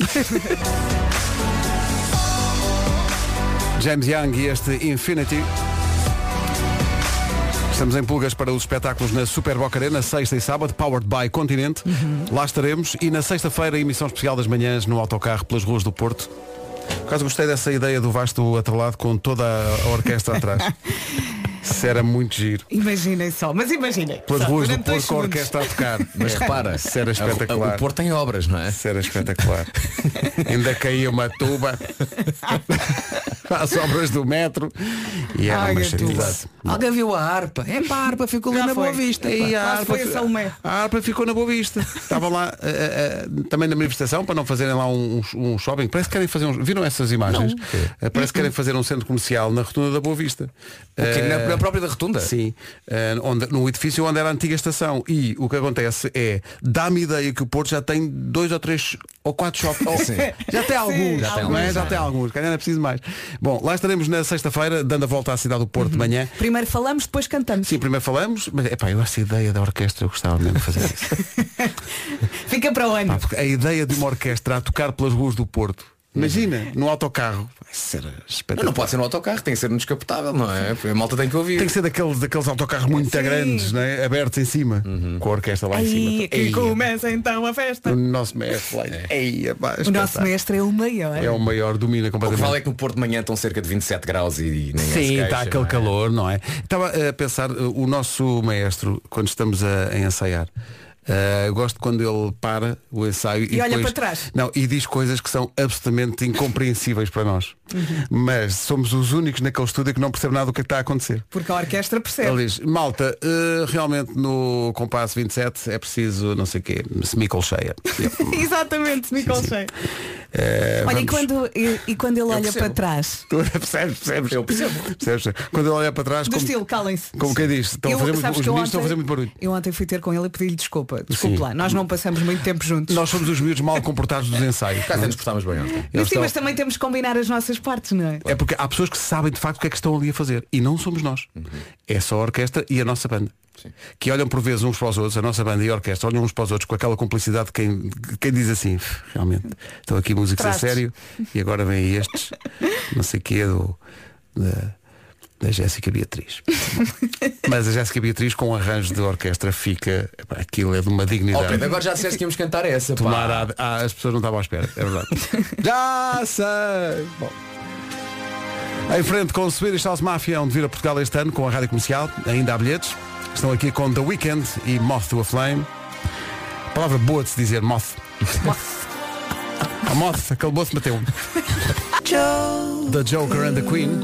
Speaker 1: James Young e este Infinity. Estamos em pulgas para os espetáculos na Super Boca Arena, sexta e sábado, powered by Continente. Lá estaremos. E na sexta-feira, emissão especial das manhãs no autocarro pelas ruas do Porto. Por acaso gostei dessa ideia do vasto atrelado com toda a orquestra atrás. Isso era muito giro.
Speaker 3: Imaginem só, mas imaginem.
Speaker 1: Pelas
Speaker 3: Só,
Speaker 1: ruas do
Speaker 3: durante dois
Speaker 1: Porto com a
Speaker 3: segundos.
Speaker 1: orquestra a tocar.
Speaker 7: Mas repara,
Speaker 1: Isso era
Speaker 7: a- a-
Speaker 1: espetacular.
Speaker 7: o Porto tem obras, não é?
Speaker 1: Isso era espetacular. Ainda caía uma tuba às obras do metro. E era
Speaker 3: Ai,
Speaker 1: uma
Speaker 3: a tuba.
Speaker 1: chatice.
Speaker 7: Alguém viu a harpa? É pá, a harpa ficou
Speaker 3: Já foi.
Speaker 1: E a
Speaker 3: Lá se
Speaker 1: harpa,
Speaker 3: foi a Salomé.
Speaker 1: a harpa ficou na boa vista. Estavam lá eh, eh, também na manifestação para não fazerem lá um, um shopping. Parece que querem fazer uns. Viram essas imagens? Eh, Parece que querem fazer um centro comercial na rotunda da Boa Vista.
Speaker 7: Que
Speaker 1: Eh,
Speaker 7: na, na própria da rotunda?
Speaker 1: Sim, eh, onde, no edifício onde era a antiga estação. E o que acontece é, dá-me ideia que o Porto já tem dois ou três ou quatro shoppings.
Speaker 7: Sim.
Speaker 1: Já tem alguns,
Speaker 7: já tem
Speaker 1: não é?
Speaker 7: alguns,
Speaker 1: Já
Speaker 7: sim.
Speaker 1: tem alguns, calhar não é preciso mais. Bom, lá estaremos na sexta-feira, dando a volta à cidade do Porto
Speaker 7: Uhum.
Speaker 1: de manhã.
Speaker 3: Primeiro falamos, depois cantamos.
Speaker 1: Sim, primeiro falamos, mas epá, eu essa ideia da orquestra eu gostava mesmo de fazer isso.
Speaker 3: Fica para o ano. Uhum.
Speaker 1: Porque a ideia de uma orquestra a tocar pelas ruas do Porto. Imagina, no autocarro.
Speaker 6: Ser
Speaker 7: Não, não pode ser no autocarro, tem que ser no descapotável, não é? A malta tem que ouvir.
Speaker 1: Tem que ser daqueles, daqueles autocarros muito
Speaker 3: Sim. Uhum.
Speaker 1: grandes, não é? abertos em cima, com a orquestra lá em
Speaker 3: Aí,
Speaker 1: cima.
Speaker 3: que começa então a festa.
Speaker 1: O nosso mestre lá. Ei, pá,
Speaker 3: É. O nosso
Speaker 1: espetáculo.
Speaker 3: mestre é o maior.
Speaker 1: É o maior, domina
Speaker 7: O que
Speaker 1: completamente.
Speaker 7: vale é que no Porto de manhã estão cerca de 27 graus e, e ninguém se
Speaker 1: Sim,
Speaker 7: queixa,
Speaker 1: está aquele
Speaker 7: não é?
Speaker 1: calor, não é? Estava a pensar, uh, o nosso maestro, quando estamos a, a ensaiar, uh, eu gosto quando ele para o ensaio e,
Speaker 3: E olha
Speaker 1: depois-
Speaker 3: para trás.
Speaker 1: Não, e diz coisas que são absolutamente incompreensíveis para nós.
Speaker 3: Uhum.
Speaker 1: Mas somos os únicos naquele estúdio que não percebe nada do que está a acontecer.
Speaker 3: Porque a orquestra percebe.
Speaker 1: Ele diz, malta, uh, realmente no compasso 27 é preciso não sei o quê, semicolcheia. Eu,
Speaker 3: Exatamente, Nicole Shea.
Speaker 1: eh,
Speaker 3: Olha, e
Speaker 1: É vamos-
Speaker 3: quando, e, e quando ele olha
Speaker 7: percebo.
Speaker 3: para trás,
Speaker 1: Tu percebes, percebes?
Speaker 7: Eu percebo.
Speaker 1: Percebes? Quando ele olha para trás,
Speaker 3: do
Speaker 1: como-
Speaker 3: estilo, calem-se.
Speaker 1: como quem diz, estão a
Speaker 3: Eu-
Speaker 1: fazer muito-
Speaker 3: sabes
Speaker 1: os
Speaker 3: que eu
Speaker 1: meninos estão a fazer muito barulho.
Speaker 3: Eu ontem fui ter com ele e pedi-lhe desculpa. Desculpe
Speaker 1: Sim.
Speaker 3: lá, nós não passamos muito tempo juntos.
Speaker 1: Nós somos os miúdos mal comportados dos ensaios.
Speaker 7: Cá até nos portámos bem ontem.
Speaker 1: Eles
Speaker 3: Mas sim,
Speaker 1: estão-
Speaker 3: mas também temos que combinar as nossas partes, não é?
Speaker 1: É porque há pessoas que sabem de facto o que é que estão ali a fazer e não somos nós. É só a orquestra e a nossa banda. Que olham por vezes uns para os outros, a nossa banda e a orquestra olham uns para os outros com aquela cumplicidade de quem, de quem diz assim, "Pff, realmente, estão aqui músicos a
Speaker 3: Trastes.
Speaker 1: sério e agora vêm aí estes, não sei quê, do, da, da Jéssica Beatriz. Mas a Jéssica Beatriz com o arranjo de orquestra fica, epá, aquilo é de uma
Speaker 7: Ó,
Speaker 1: dignidade.
Speaker 7: Pedro, agora já disseste que íamos cantar essa, pá.
Speaker 1: Tomar a- a- as pessoas não estavam à espera, é verdade. Já sei! Bom. Em frente com o Swedish House Mafia, onde vir a Portugal este ano com a Rádio Comercial, ainda há bilhetes. Estão aqui com The Weeknd e Moth to a Flame. Palavra boa de se dizer, moth. a moth, aquele moço bateu. the Joker and the Queen.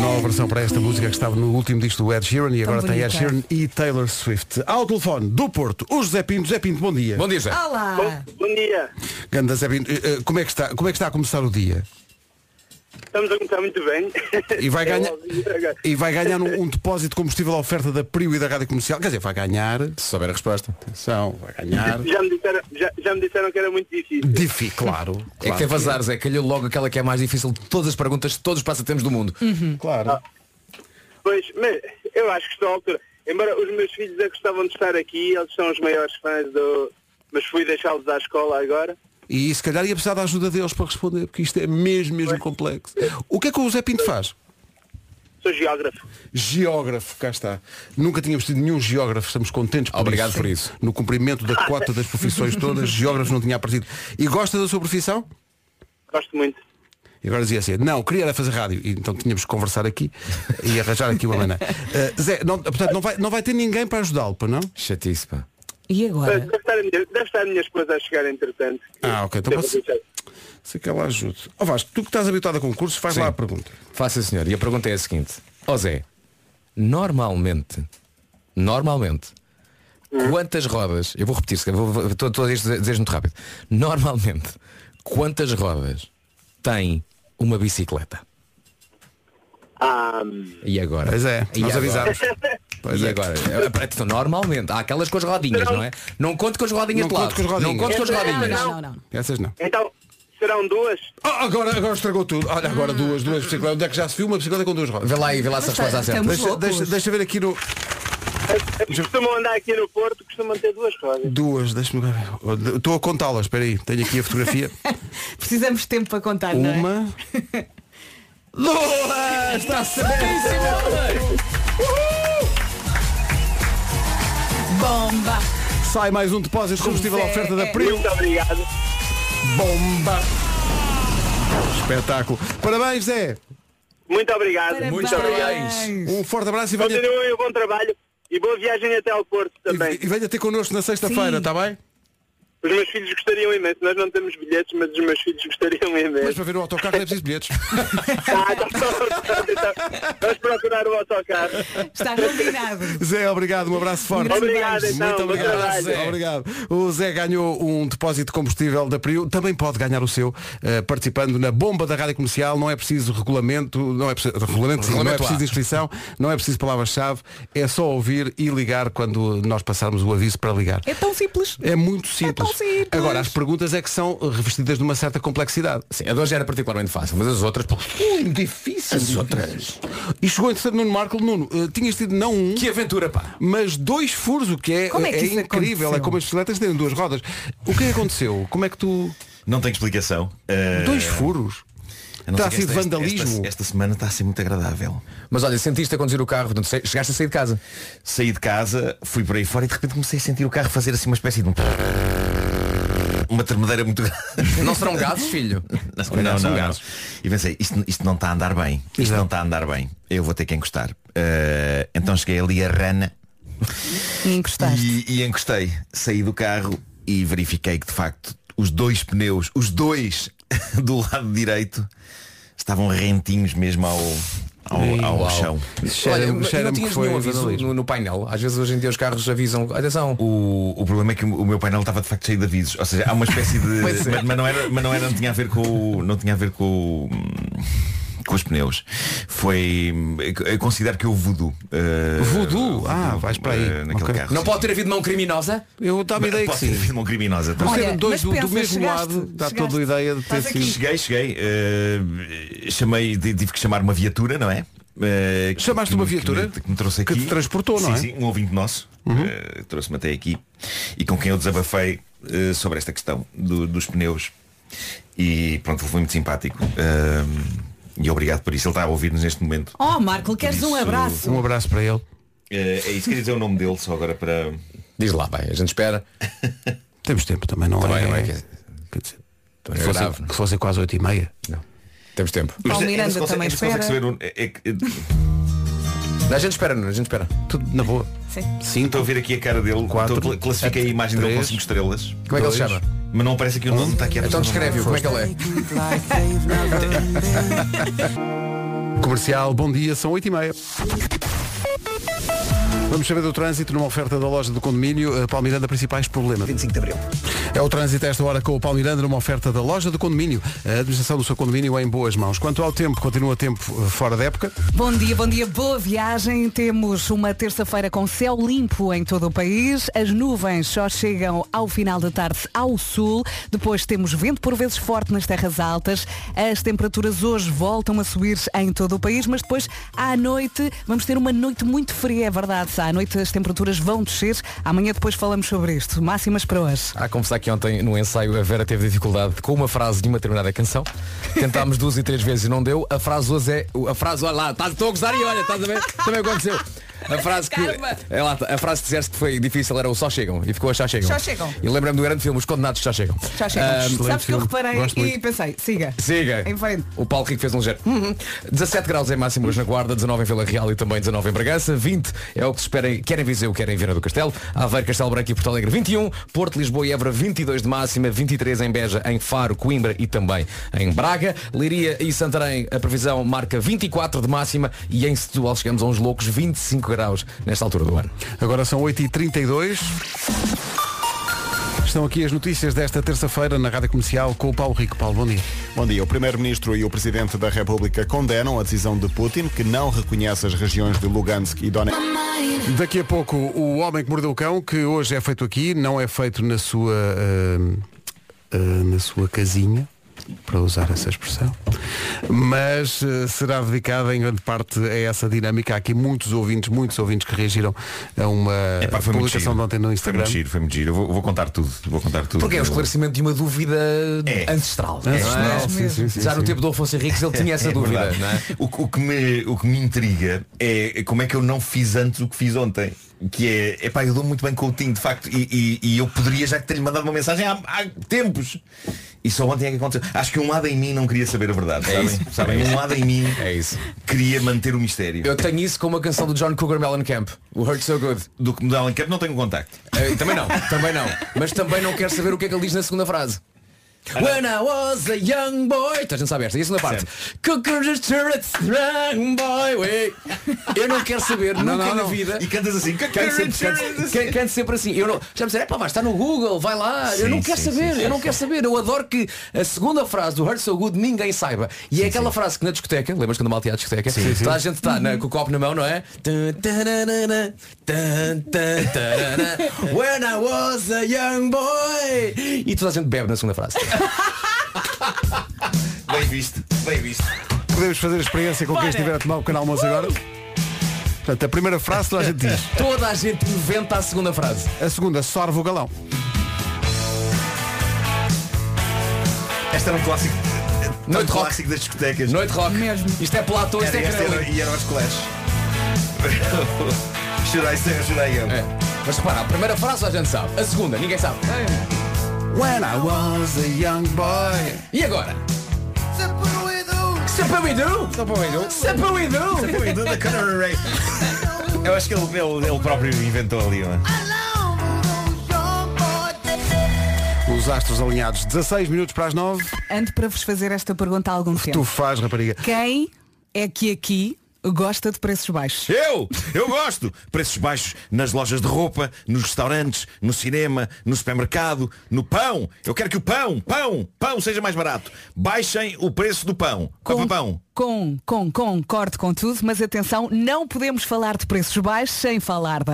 Speaker 1: Nova versão para esta música que estava no último disco do Ed Sheeran e agora tem
Speaker 3: bonita.
Speaker 1: Ed Sheeran e Taylor Swift. Ao telefone do Porto, o José Pinto. José Pinto, bom dia.
Speaker 7: Bom dia,
Speaker 3: Ah.
Speaker 7: Zé.
Speaker 1: Ah.
Speaker 3: Olá!
Speaker 8: Bom dia,
Speaker 1: Ganda Zé Pinto, eh, eh, como é, que está, como é que está a começar o dia?
Speaker 8: estamos a começar muito bem.
Speaker 1: E vai
Speaker 8: É
Speaker 1: ganhar,
Speaker 8: logo agora.
Speaker 1: e vai ganhar um, um depósito de combustível à oferta da Prio e da Rádio Comercial. Quer dizer, vai ganhar,
Speaker 7: Se souber a resposta.
Speaker 1: atenção, vai ganhar.
Speaker 8: Já me, disseram, já, já me disseram que era muito difícil.
Speaker 1: Difi, claro. claro
Speaker 7: É que teve azar, Zé. Calhou logo aquela que é a mais difícil de todas as perguntas de todos os passatempos do mundo.
Speaker 1: Claro.
Speaker 8: Pois, mas eu acho que estou à altura. Embora os meus filhos já gostavam de estar aqui, eles são os maiores fãs do. Mas fui deixá-los à escola agora.
Speaker 1: E se calhar ia precisar da ajuda deles para responder, porque isto é mesmo, mesmo complexo. O que é que o Zé Pinto faz?
Speaker 8: Sou geógrafo.
Speaker 1: Geógrafo, cá está. Nunca tínhamos tido nenhum geógrafo, estamos contentes por
Speaker 7: Obrigado
Speaker 1: isso.
Speaker 7: por isso.
Speaker 1: No cumprimento da cota das profissões todas, geógrafo não tinha partido. E gosta da sua profissão?
Speaker 8: Gosto muito.
Speaker 1: E agora dizia assim, não, queria era fazer rádio. E então tínhamos que conversar aqui e arranjar aqui uma maneira. Eh, Zé, não, portanto, não vai, não vai ter ninguém para ajudá-lo, para não?
Speaker 7: Chatice, pá.
Speaker 3: E
Speaker 8: Mas
Speaker 3: agora?
Speaker 8: Deve estar, a minha, deve estar a minha esposa a chegar entretanto.
Speaker 1: É? Ah, ok. Então
Speaker 8: Devo
Speaker 1: pode ser-
Speaker 8: dizer.
Speaker 1: Se que ela ajude. Ó Vasco, tu que estás habituado a concursos, faz
Speaker 7: Sim.
Speaker 1: lá a pergunta.
Speaker 7: Faça, senhor. E a pergunta é a seguinte. Ó Zé, normalmente, normalmente, quantas rodas, eu vou repetir, se- vou- vou- estou estou a dizer dizer muito rápido. Normalmente, quantas rodas tem uma bicicleta?
Speaker 8: Ah,
Speaker 7: E agora?
Speaker 1: Pois é,
Speaker 7: E
Speaker 1: nós
Speaker 7: agora?
Speaker 1: avisámos. Pois
Speaker 7: e
Speaker 1: é.
Speaker 7: agora? Então, normalmente, há aquelas com as rodinhas, não, é? Não conto com as rodinhas
Speaker 1: Não
Speaker 7: de lado.
Speaker 1: conto com as rodinhas.
Speaker 7: Não conto com as
Speaker 8: Não,
Speaker 7: rodinhas.
Speaker 3: Não, não, não.
Speaker 1: Essas não.
Speaker 8: então, serão duas?
Speaker 1: Ah, agora, agora estragou tudo. Olha, agora duas, duas bicicletas. Onde é que já se viu uma bicicleta com duas rodas?
Speaker 7: Vê lá aí, vê lá se a
Speaker 3: Mas
Speaker 7: resposta
Speaker 3: tá-
Speaker 7: acerta.
Speaker 3: estamos-
Speaker 1: Deixa,
Speaker 3: loucos.
Speaker 1: deixa, deixa ver aqui no.
Speaker 8: Costumam andar aqui no Porto, costumam ter duas rodas.
Speaker 1: Duas, deixa-me ver. Estou a contá-las, espera aí. Tenho aqui a fotografia.
Speaker 3: Precisamos de tempo para contar, não é?
Speaker 1: Uma. Duas! Está certo!
Speaker 3: Bomba!
Speaker 1: Sai mais um depósito de combustível à
Speaker 3: José.
Speaker 1: oferta da Prio.
Speaker 8: Muito obrigado.
Speaker 1: Bomba! Espetáculo. Parabéns, Zé.
Speaker 8: Muito obrigado.
Speaker 3: Parabéns.
Speaker 1: Um forte abraço e venha,
Speaker 8: Continuem o bom trabalho e boa viagem até ao Porto também.
Speaker 1: e, e venha ter connosco na sexta-feira,
Speaker 3: Sim.
Speaker 1: está bem?
Speaker 8: Os meus filhos gostariam imenso. Nós não temos bilhetes, mas os meus filhos gostariam
Speaker 1: Mas
Speaker 8: imenso.
Speaker 1: para ver o autocarro não é preciso bilhetes.
Speaker 8: Ah, tá bom. Então, Vamos procurar o autocarro.
Speaker 3: Está combinado.
Speaker 1: Zé, obrigado, um abraço forte.
Speaker 3: Um
Speaker 8: Obrigado, então.
Speaker 1: Muito
Speaker 8: Bom
Speaker 1: obrigado,
Speaker 8: trabalho.
Speaker 1: Zé. Obrigado. O Zé ganhou um depósito de combustível da Priu. Também pode ganhar o seu eh, participando na bomba da rádio comercial. Não é preciso regulamento, não é preciso regulamento, sim, não é
Speaker 7: Regulamento
Speaker 1: preciso
Speaker 7: A.
Speaker 1: inscrição, não é preciso palavras-chave. É só ouvir e ligar quando nós passarmos o aviso para ligar.
Speaker 3: É tão simples.
Speaker 1: É muito simples.
Speaker 3: tão simples.
Speaker 1: Agora, as perguntas é que são revestidas de uma certa complexidade.
Speaker 7: Sim, a de hoje era particularmente fácil, mas as outras. Ui, difícil. As outras.
Speaker 1: E chegou entre Nuno Marco, Nuno, eh, tinhas tido não um,
Speaker 7: Que aventura, pá.
Speaker 1: mas dois furos, o que é,
Speaker 3: Como é que isso
Speaker 1: incrível.
Speaker 3: aconteceu?
Speaker 1: É como as bicicletas têm duas rodas. O que é que aconteceu? Como é que tu.
Speaker 9: Não tem explicação. Eh,
Speaker 1: Dois furos?
Speaker 5: A não
Speaker 1: Terá
Speaker 5: ser que é
Speaker 1: sido
Speaker 5: esta- esta-
Speaker 1: assim vandalismo?
Speaker 5: Esta, esta semana está a ser muito agradável.
Speaker 7: Mas olha, sentiste a conduzir o carro, portanto, se- chegaste a sair de casa.
Speaker 5: Saí de casa, fui por aí fora e de repente comecei a sentir o carro fazer assim uma espécie de um... Uma tremedeira muito grande.
Speaker 7: Não serão gases, filho?
Speaker 5: Não, não, não, não. E pensei, isto, isto não está a andar bem. Isto não está a andar bem. Eu vou ter que encostar. Eh, então cheguei ali a rana
Speaker 3: E encostaste.
Speaker 5: e, e encostei. Saí do carro e verifiquei que de facto os dois pneus, os dois do lado direito, estavam rentinhos mesmo ao, ao, ao chão.
Speaker 7: Olha,
Speaker 1: Cheira-me-
Speaker 7: mas não
Speaker 1: cheira-me que
Speaker 7: tinhas
Speaker 1: foi
Speaker 7: nenhum aviso
Speaker 1: vandalismo.
Speaker 7: no, no painel. Às vezes hoje em dia os carros avisam. Atenção.
Speaker 5: O, o problema é que o meu painel estava de facto cheio de avisos. Ou seja, há uma espécie de. mas,
Speaker 7: Pois é.
Speaker 5: mas não era, mas não era, não tinha a ver com o. Não tinha a ver com o. Com os pneus. Foi. Eu considero que eu voodoo. eh,
Speaker 1: Voodoo? Ah, vais para aí.
Speaker 5: eh, naquele
Speaker 1: Ok.
Speaker 5: carro.
Speaker 7: Não pode ter havido mão criminosa?
Speaker 1: Eu dava a ideia que
Speaker 5: Pode ter
Speaker 1: sim.
Speaker 5: havido uma criminosa. Então,
Speaker 1: Porque
Speaker 3: Olha,
Speaker 1: eram dois
Speaker 3: mas
Speaker 1: do, do
Speaker 3: pensa,
Speaker 1: mesmo
Speaker 3: chegaste,
Speaker 1: lado, dá
Speaker 3: chegaste.
Speaker 1: toda a ideia de ter
Speaker 3: Estás aqui.
Speaker 1: sido.
Speaker 5: Cheguei, cheguei. eh, chamei, de- tive que chamar uma viatura, não é? Eh, que-
Speaker 1: Chamaste
Speaker 5: que
Speaker 1: uma
Speaker 5: me-
Speaker 1: viatura?
Speaker 5: Que me, que me trouxe
Speaker 1: Que
Speaker 5: aqui.
Speaker 1: te transportou, não é?
Speaker 5: Sim,
Speaker 1: Uhum.
Speaker 5: Sim, um ouvinte nosso. eh, Trouxe-me até aqui. E com quem eu desabafei eh, sobre esta questão do- dos pneus. E pronto, ele foi muito simpático. eh, e obrigado por isso. Ele está a ouvir-nos neste momento.
Speaker 3: Oh, Marco, queres um
Speaker 5: Isso-
Speaker 3: abraço?
Speaker 1: Um abraço para ele.
Speaker 5: Eh, é isso, queria dizer o nome dele só agora para.
Speaker 7: Diz lá, vai, a gente espera.
Speaker 1: Temos tempo também, não
Speaker 7: Também
Speaker 1: é?
Speaker 7: não é que-
Speaker 1: Quer dizer, que
Speaker 7: Também é
Speaker 1: fosse,
Speaker 7: grave.
Speaker 1: que fosse quase 8 e meia.
Speaker 7: Temos tempo.
Speaker 5: O
Speaker 3: Paulo
Speaker 5: José-
Speaker 3: Miranda
Speaker 5: é que se consegue-
Speaker 3: também
Speaker 5: é que se consegue
Speaker 3: espera.
Speaker 5: saber o- é que- eh,
Speaker 7: A gente espera, não, é? a gente espera.
Speaker 1: Tudo na boa.
Speaker 3: Sim.
Speaker 5: Estou a
Speaker 1: Cinco.
Speaker 5: ver aqui a cara dele.
Speaker 1: Quatro,
Speaker 5: Estou- classifiquei a imagem dele com
Speaker 1: três,
Speaker 5: 5 estrelas.
Speaker 7: Como é que ele se
Speaker 1: Dois.
Speaker 7: chama?
Speaker 5: Mas não aparece aqui o nome, está aqui a
Speaker 7: Então descreve-o, como é que ele é?
Speaker 1: Comercial, bom dia, são 8 e meia. Vamos saber do trânsito numa oferta da loja do condomínio. Eh, Paulo Miranda, principais problemas.
Speaker 6: 25 de Abril.
Speaker 1: É o trânsito a esta hora com o Paulo Miranda numa oferta da loja do condomínio. A administração do seu condomínio é em boas mãos. Quanto ao tempo, continua tempo eh, fora da época.
Speaker 3: Bom dia, bom dia, boa viagem. Temos uma terça-feira com céu limpo em todo o país. As nuvens só chegam ao final da tarde ao sul. Depois temos vento por vezes forte nas terras altas. As temperaturas hoje voltam a subir em todo o país, mas depois à noite vamos ter uma noite muito fria, é verdade. À noite as temperaturas vão descer. Amanhã depois falamos sobre isto. Máximas para hoje.
Speaker 7: Há a confessar que ontem no ensaio a Vera teve dificuldade com uma frase de uma determinada canção. Tentámos duas e três vezes e não deu. A frase hoje é. A frase, olha lá, estás- estou a gozar e olha, estás a ver? Também aconteceu. A frase que,
Speaker 3: Karma.
Speaker 7: é lá, a frase que disseste que foi difícil era o só chegam e ficou a só chegam.
Speaker 3: Só chegam.
Speaker 7: E lembrei-me do grande filme, Os Condenados Só Chegam.
Speaker 3: Já chega.
Speaker 7: Ah,
Speaker 1: excelente
Speaker 3: Sabes que eu
Speaker 1: filme.
Speaker 3: reparei
Speaker 1: Gosto
Speaker 3: e
Speaker 1: muito.
Speaker 3: pensei, siga.
Speaker 7: Siga.
Speaker 3: Em frente.
Speaker 7: O Paulo Rico fez um ligeiro. "Hum, hum". 17 graus é máximo hoje na Guarda, 19 em Vila Real e também 19 em Bragança, 20 é o que se espera, em- quer em Viseu, quer em Viana do Castelo, Aveiro, Castelo Branco e Porto Alegre 21, Porto, Lisboa e Évora 22 de máxima, 23 em Beja, em Faro, Coimbra e também em Braga, Liria e Santarém, a previsão marca 24 de máxima e em Setúbal chegamos a uns loucos 25 graus nesta altura do ano.
Speaker 1: Agora são 8h32. Estão aqui as notícias desta terça-feira na Rádio Comercial com o Paulo Rico. Paulo, bom dia.
Speaker 9: Bom dia. O Primeiro-Ministro e o Presidente da República condenam a decisão de Putin, que não reconhece as regiões de Lugansk e Donetsk.
Speaker 1: Daqui a pouco, o Homem que Mordeu o Cão, que hoje é feito aqui, não é feito na sua, ah, ah, na sua casinha, para usar essa expressão, mas ah, será dedicado em grande parte a essa dinâmica. Há aqui muitos ouvintes, muitos ouvintes que reagiram a uma
Speaker 5: Epá, foi muito
Speaker 1: publicação
Speaker 5: giro.
Speaker 1: de ontem no
Speaker 5: Foi
Speaker 1: Instagram.
Speaker 5: muito giro, foi muito giro. Eu vou, vou contar tudo. Vou contar tudo.
Speaker 7: Porque é o esclarecimento de uma dúvida
Speaker 5: É.
Speaker 7: ancestral. não é?
Speaker 1: Ancestral, sim, sim, sim,
Speaker 7: Já no
Speaker 1: sim.
Speaker 7: tempo do Afonso Henriques ele tinha essa
Speaker 5: É
Speaker 7: dúvida.
Speaker 5: verdade.
Speaker 7: não é?
Speaker 5: o, que- o que me, o que me intriga é como é que eu não fiz antes o que fiz ontem. Que é, epá, eu dou muito bem com o Tim, de facto, e, e- e eu poderia já ter-lhe mandado uma mensagem há, há tempos. E só ontem é que aconteceu. Acho que um lado em mim não queria saber a verdade. sabem?
Speaker 7: É isso.
Speaker 5: Sabem? Um lado em mim
Speaker 7: É isso.
Speaker 5: queria manter o mistério.
Speaker 7: Eu tenho isso com uma canção do John Cougar Mellencamp, o Hurt So Good.
Speaker 5: Do que me dá Alencar não tenho contacto.
Speaker 7: Eh, também não, também não. Mas também não quero saber o que é que ele diz na segunda frase. When I was a young boy Então a gente sabe esta, e a segunda parte Cougar just turned a young boy way. Eu não quero saber, nunca na vida
Speaker 5: E cantas assim.
Speaker 7: Canto sempre, canto, canto- canto sempre assim. Eu não, já me disseram, é pá, vai estar no Google, vai lá. eu
Speaker 5: Sim,
Speaker 7: não quero
Speaker 5: sim,
Speaker 7: saber,
Speaker 5: sim,
Speaker 7: eu não
Speaker 5: sim,
Speaker 7: quero saber. Eu adoro que a segunda frase do Hurt So Good ninguém saiba. E é aquela frase que na discoteca, lembras quando mal tinha a discoteca? Toda a gente está na- com o copo na mão, não é? Tan, tararara, tan, tan, tararara, When I was a young boy. E toda a gente bebe na segunda frase.
Speaker 5: Bem visto, bem visto.
Speaker 1: Podemos fazer a experiência com quem estiver a tomar o canal almoço
Speaker 5: Uh!
Speaker 1: agora? Portanto, a primeira frase toda a gente diz.
Speaker 7: Toda a gente inventa a segunda frase.
Speaker 1: A segunda, sorve o galão.
Speaker 5: Esta era um clássico
Speaker 7: Noite
Speaker 5: Noite
Speaker 7: rock.
Speaker 5: clássico das discotecas.
Speaker 7: Noite rock.
Speaker 3: Mesmo.
Speaker 7: Isto é Platão, isto
Speaker 5: Era
Speaker 7: é
Speaker 5: este
Speaker 7: Crowley.
Speaker 5: era, e era os Clash. Chorei, Serra, chorei. eu.
Speaker 7: É. Mas repara, a primeira frase a gente sabe, a segunda ninguém sabe.
Speaker 1: When I was a young boy.
Speaker 7: E agora? Saparidu! Saparidu! Saparidu!
Speaker 5: Foi do The Conor Ray. Eu acho que ele, ele, ele próprio inventou ali é? uma.
Speaker 1: Os astros alinhados, 16 minutos para as 9.
Speaker 3: Ando para vos fazer esta pergunta há algum tempo.
Speaker 1: Tu faz, rapariga.
Speaker 3: Quem é que aqui gosta de preços baixos?
Speaker 5: Eu! Eu gosto! Preços baixos nas lojas de roupa, nos restaurantes, no cinema, no supermercado, no pão. Eu quero que o pão, pão, pão seja mais barato. Baixem o preço do pão. Compra pão.
Speaker 3: com, com, com, corte com tudo, mas atenção, não podemos falar de preços baixos sem falar da...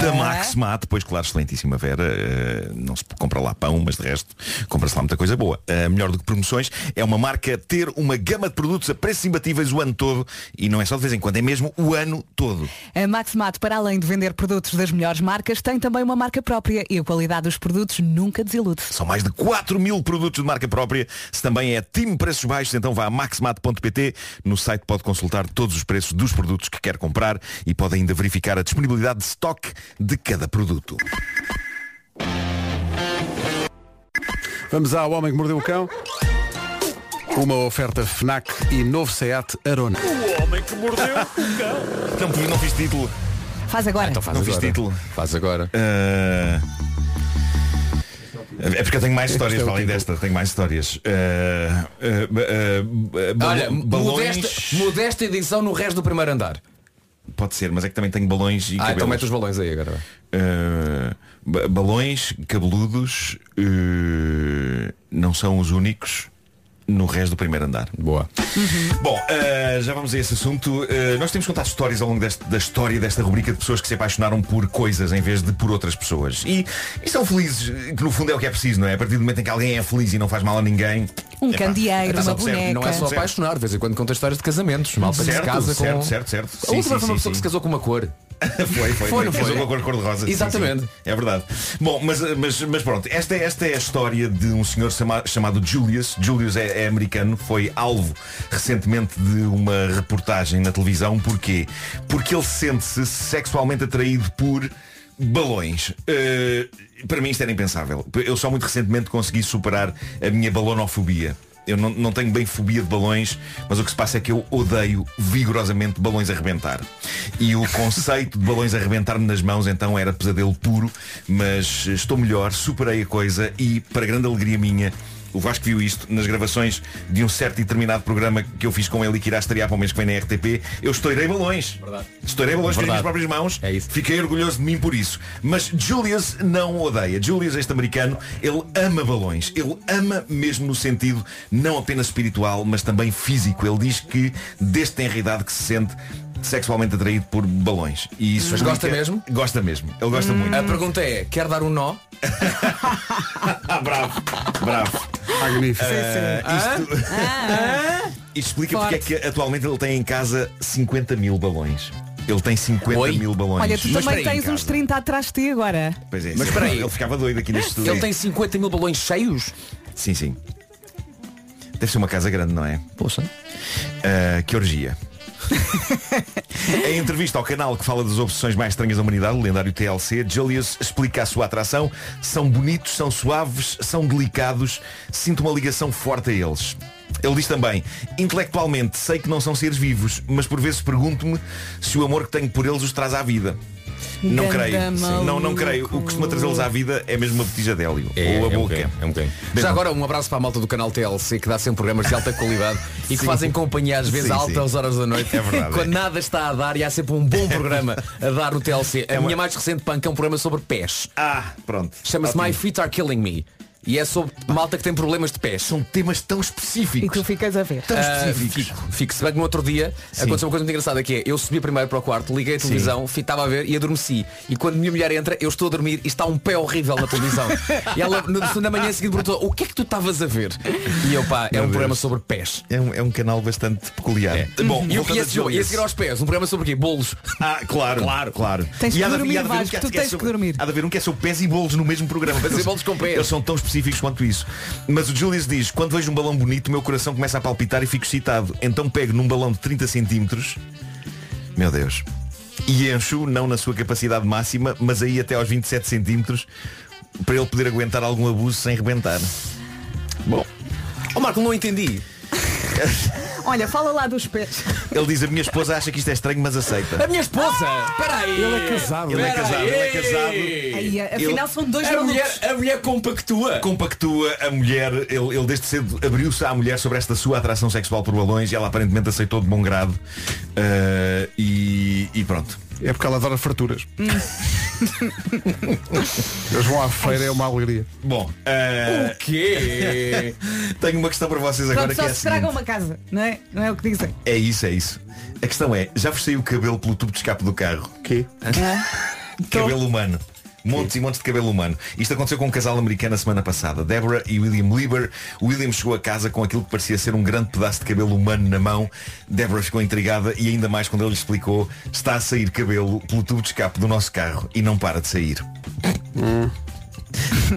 Speaker 5: Da Maxmat, pois claro, excelentíssima Vera, eh, não se compra lá pão, mas de resto compra-se lá muita coisa boa. Eh, melhor do que promoções, é uma marca ter uma gama de produtos a preços imbatíveis o ano todo e não é só de vez em quando, é mesmo o ano todo.
Speaker 3: A Maximato, para além de vender produtos das melhores marcas, tem também uma marca própria e a qualidade dos produtos nunca desilude.
Speaker 5: São mais de 4 mil produtos de marca própria. Se também é time preços baixos, então vá a maxmat.pt. No site pode consultar todos os preços dos produtos que quer comprar e pode ainda verificar a disponibilidade de estoque de cada produto.
Speaker 1: Vamos ao Homem que Mordeu o Cão. Uma oferta FNAC e novo SEAT Arona.
Speaker 5: Não, não fiz título.
Speaker 3: Faz agora.
Speaker 7: Então faz
Speaker 5: Não fiz
Speaker 7: agora.
Speaker 5: título.
Speaker 7: Faz agora.
Speaker 5: Ah, É porque eu tenho mais histórias
Speaker 1: é o
Speaker 5: para além
Speaker 1: título.
Speaker 5: desta, tenho mais histórias. Ah, ah, ah, ah,
Speaker 7: Olha,
Speaker 5: balões-
Speaker 7: modesta, modesta edição no resto do primeiro andar.
Speaker 5: Pode ser, mas é que também tenho balões e
Speaker 7: Ah, então mete
Speaker 5: cabelos.
Speaker 7: os balões aí agora.
Speaker 5: Uh, ba- balões cabeludos uh, não são os únicos no resto do primeiro andar.
Speaker 7: Boa.
Speaker 5: Bom, uh, já vamos a esse assunto. Uh, nós temos contado histórias ao longo deste- da história desta rubrica de pessoas que se apaixonaram por coisas em vez de por outras pessoas. E, e são felizes, que no fundo é o que é preciso, não é? A partir do momento em que alguém é feliz e não faz mal a ninguém.
Speaker 3: Um
Speaker 5: epá,
Speaker 3: candeeiro,
Speaker 5: atenção,
Speaker 3: uma
Speaker 5: percebe?
Speaker 3: boneca.
Speaker 7: Não é só
Speaker 5: Certo.
Speaker 7: apaixonar, de vez em quando conta histórias de casamentos. Malta que se
Speaker 5: é? Certo,
Speaker 7: casa com.
Speaker 5: certo, certo, certo.
Speaker 7: A
Speaker 5: Sim,
Speaker 7: última
Speaker 5: sim,
Speaker 7: foi uma
Speaker 5: sim,
Speaker 7: pessoa que
Speaker 5: sim.
Speaker 7: se casou com uma cor.
Speaker 5: Foi, foi,
Speaker 7: Foi,
Speaker 5: foi.
Speaker 7: não
Speaker 5: Casou
Speaker 7: foi?
Speaker 5: com a cor cor-de-rosa. Sim,
Speaker 7: Exatamente.
Speaker 5: sim. É verdade. Bom, mas, mas, mas pronto, esta, esta é a história de um senhor chama- chamado Julius. Julius é, é americano, foi alvo recentemente de uma reportagem na televisão. Porquê? Porque ele sente-se sexualmente atraído por balões. Eh, para mim isto era impensável. Eu só muito recentemente consegui superar a minha balonofobia. Eu não, não tenho bem fobia de balões, mas o que se passa é que eu odeio vigorosamente balões a arrebentar. E o conceito de balões a arrebentar-me nas mãos então era pesadelo puro, mas estou melhor, superei a coisa e, para grande alegria minha, o Vasco viu isto nas gravações de um certo e determinado programa que eu fiz com ele e que irá estrear para o mês que vem na RTP. Eu estourei balões.
Speaker 7: Verdade.
Speaker 5: Estourei balões com as minhas
Speaker 7: Verdade.
Speaker 5: próprias mãos.
Speaker 7: É isso.
Speaker 5: Fiquei orgulhoso de mim por isso. Mas Julius não o odeia. Julius, este americano, ele ama balões. Ele ama mesmo no sentido não apenas espiritual, mas também físico. Ele diz que desde tem realidade que se sente sexualmente atraído por balões. E isso
Speaker 7: Mas gosta mesmo?
Speaker 5: Gosta mesmo. Ele gosta muito.
Speaker 7: A pergunta é, quer dar um nó?
Speaker 5: Ah, bravo. bravo.
Speaker 1: Magnífico.
Speaker 5: Ah, isto... Isto explica porque é
Speaker 3: Ah? Forte.
Speaker 5: que atualmente ele tem em casa 50 mil balões. Ele tem 50
Speaker 7: Oi?
Speaker 5: mil balões.
Speaker 3: Olha, tu
Speaker 5: Mas
Speaker 3: também
Speaker 5: espera aí,
Speaker 3: tens
Speaker 5: em
Speaker 3: uns
Speaker 5: casa.
Speaker 3: 30 atrás de ti agora.
Speaker 5: Pois é,
Speaker 7: Mas
Speaker 5: sim,
Speaker 7: espera aí.
Speaker 5: Ele ficava doido aqui neste estúdio.
Speaker 7: Ele tem 50 mil balões cheios?
Speaker 5: Sim, sim. Deve ser uma casa grande, não é?
Speaker 7: Poxa.
Speaker 5: Ah, que orgia. em entrevista ao canal que fala das obsessões mais estranhas da humanidade, o lendário TLC, Julius explica a sua atração. São bonitos, são suaves, são delicados. Sinto uma ligação forte a eles. Ele diz também, intelectualmente sei que não são seres vivos, mas por vezes pergunto-me se o amor que tenho por eles os traz à vida. Não
Speaker 3: Ganda
Speaker 5: creio.
Speaker 3: maluco.
Speaker 5: Não, não creio. O que costuma trazê-los à vida é mesmo a petija de hélio. ou a boca.
Speaker 7: Já agora um abraço para a malta do canal TLC que dá sempre programas de alta qualidade e que fazem companhia às vezes
Speaker 5: Sim,
Speaker 7: a
Speaker 5: sim.
Speaker 7: altas horas da noite.
Speaker 5: É verdade,
Speaker 7: Quando
Speaker 5: é.
Speaker 7: nada está a dar e há sempre um bom programa a dar o TLC. A minha mais recente panca é um programa sobre pés.
Speaker 5: Ah, pronto.
Speaker 7: Chama-se
Speaker 5: Ótimo.
Speaker 7: My Feet Are Killing Me. E é sobre malta que tem problemas de pés.
Speaker 5: São temas tão
Speaker 3: E
Speaker 5: específicos.
Speaker 3: tu ficas a ver.
Speaker 5: Tão
Speaker 7: Ah,
Speaker 5: específicos.
Speaker 7: fico, fico. Se bem que no outro dia aconteceu uma coisa muito engraçada que é eu subi primeiro para o quarto, liguei a televisão, estava a ver e adormeci. E quando minha mulher entra, eu estou a dormir e está um pé horrível na televisão. e ela no, na manhã seguinte perguntou, o que é que tu estavas a ver? E eu pá, é um programa sobre pés.
Speaker 5: É um, é um canal bastante peculiar. É. Bom,
Speaker 7: E Uhum. eu
Speaker 5: voltando
Speaker 7: e
Speaker 5: a
Speaker 7: a seguir- e a
Speaker 5: Julius.
Speaker 7: seguir aos pés, um programa sobre quê? Bolos.
Speaker 5: Ah, claro, claro, claro.
Speaker 3: Tens que
Speaker 5: há de-
Speaker 3: dormir,
Speaker 5: há de haver
Speaker 3: Vasco,
Speaker 5: é-
Speaker 3: tu
Speaker 5: é
Speaker 3: tens
Speaker 5: sobre-
Speaker 3: que dormir.
Speaker 5: Há de haver um que é sobre pés e bolos no mesmo programa.
Speaker 7: Fazer bolos com pés.
Speaker 5: Eles são tão específicos quanto isso. Mas o Julius diz, quando vejo um balão bonito, o meu coração começa a palpitar e fico excitado. Então pego num balão de 30 centímetros, meu Deus, e encho, não na sua capacidade máxima, mas aí até aos 27 centímetros, para ele poder aguentar algum abuso sem rebentar. Bom,
Speaker 7: Ó Oh, Marco, não entendi.
Speaker 3: Olha, fala lá dos pés.
Speaker 5: ele diz, a minha esposa acha que isto é estranho, mas aceita.
Speaker 7: A minha esposa! Espera aí!
Speaker 1: Ele é casado.
Speaker 5: Ah! Ele é casado, ele é casado. É um
Speaker 3: Aí, afinal são dois
Speaker 7: A
Speaker 3: malucos.
Speaker 7: mulher, a mulher compactua.
Speaker 5: compactua a mulher, ele, ele desde cedo abriu-se à mulher sobre esta sua atração sexual por balões e ela aparentemente aceitou de bom grado. Ah, e, e pronto.
Speaker 1: É porque ela adora farturas. Eles vão à feira, é uma alegria.
Speaker 5: Bom, ah,
Speaker 7: quê?
Speaker 5: tenho uma questão para vocês agora
Speaker 3: Pronto,
Speaker 5: que
Speaker 3: só
Speaker 5: é
Speaker 3: se
Speaker 5: a
Speaker 3: estraga
Speaker 5: seguinte.
Speaker 3: uma casa, não é? Não é o que dizem.
Speaker 5: É isso, é isso. A questão é, já vos saiu o cabelo pelo tubo de escape do carro?
Speaker 1: Quê?
Speaker 5: Cabelo humano. Montes e montes de cabelo humano. Isto aconteceu com um casal americano a semana passada. Deborah e William Lieber. William chegou a casa com aquilo que parecia ser um grande pedaço de cabelo humano na mão. Deborah ficou intrigada e ainda mais quando ele lhe explicou está a sair cabelo pelo tubo de escape do nosso carro e não para de sair.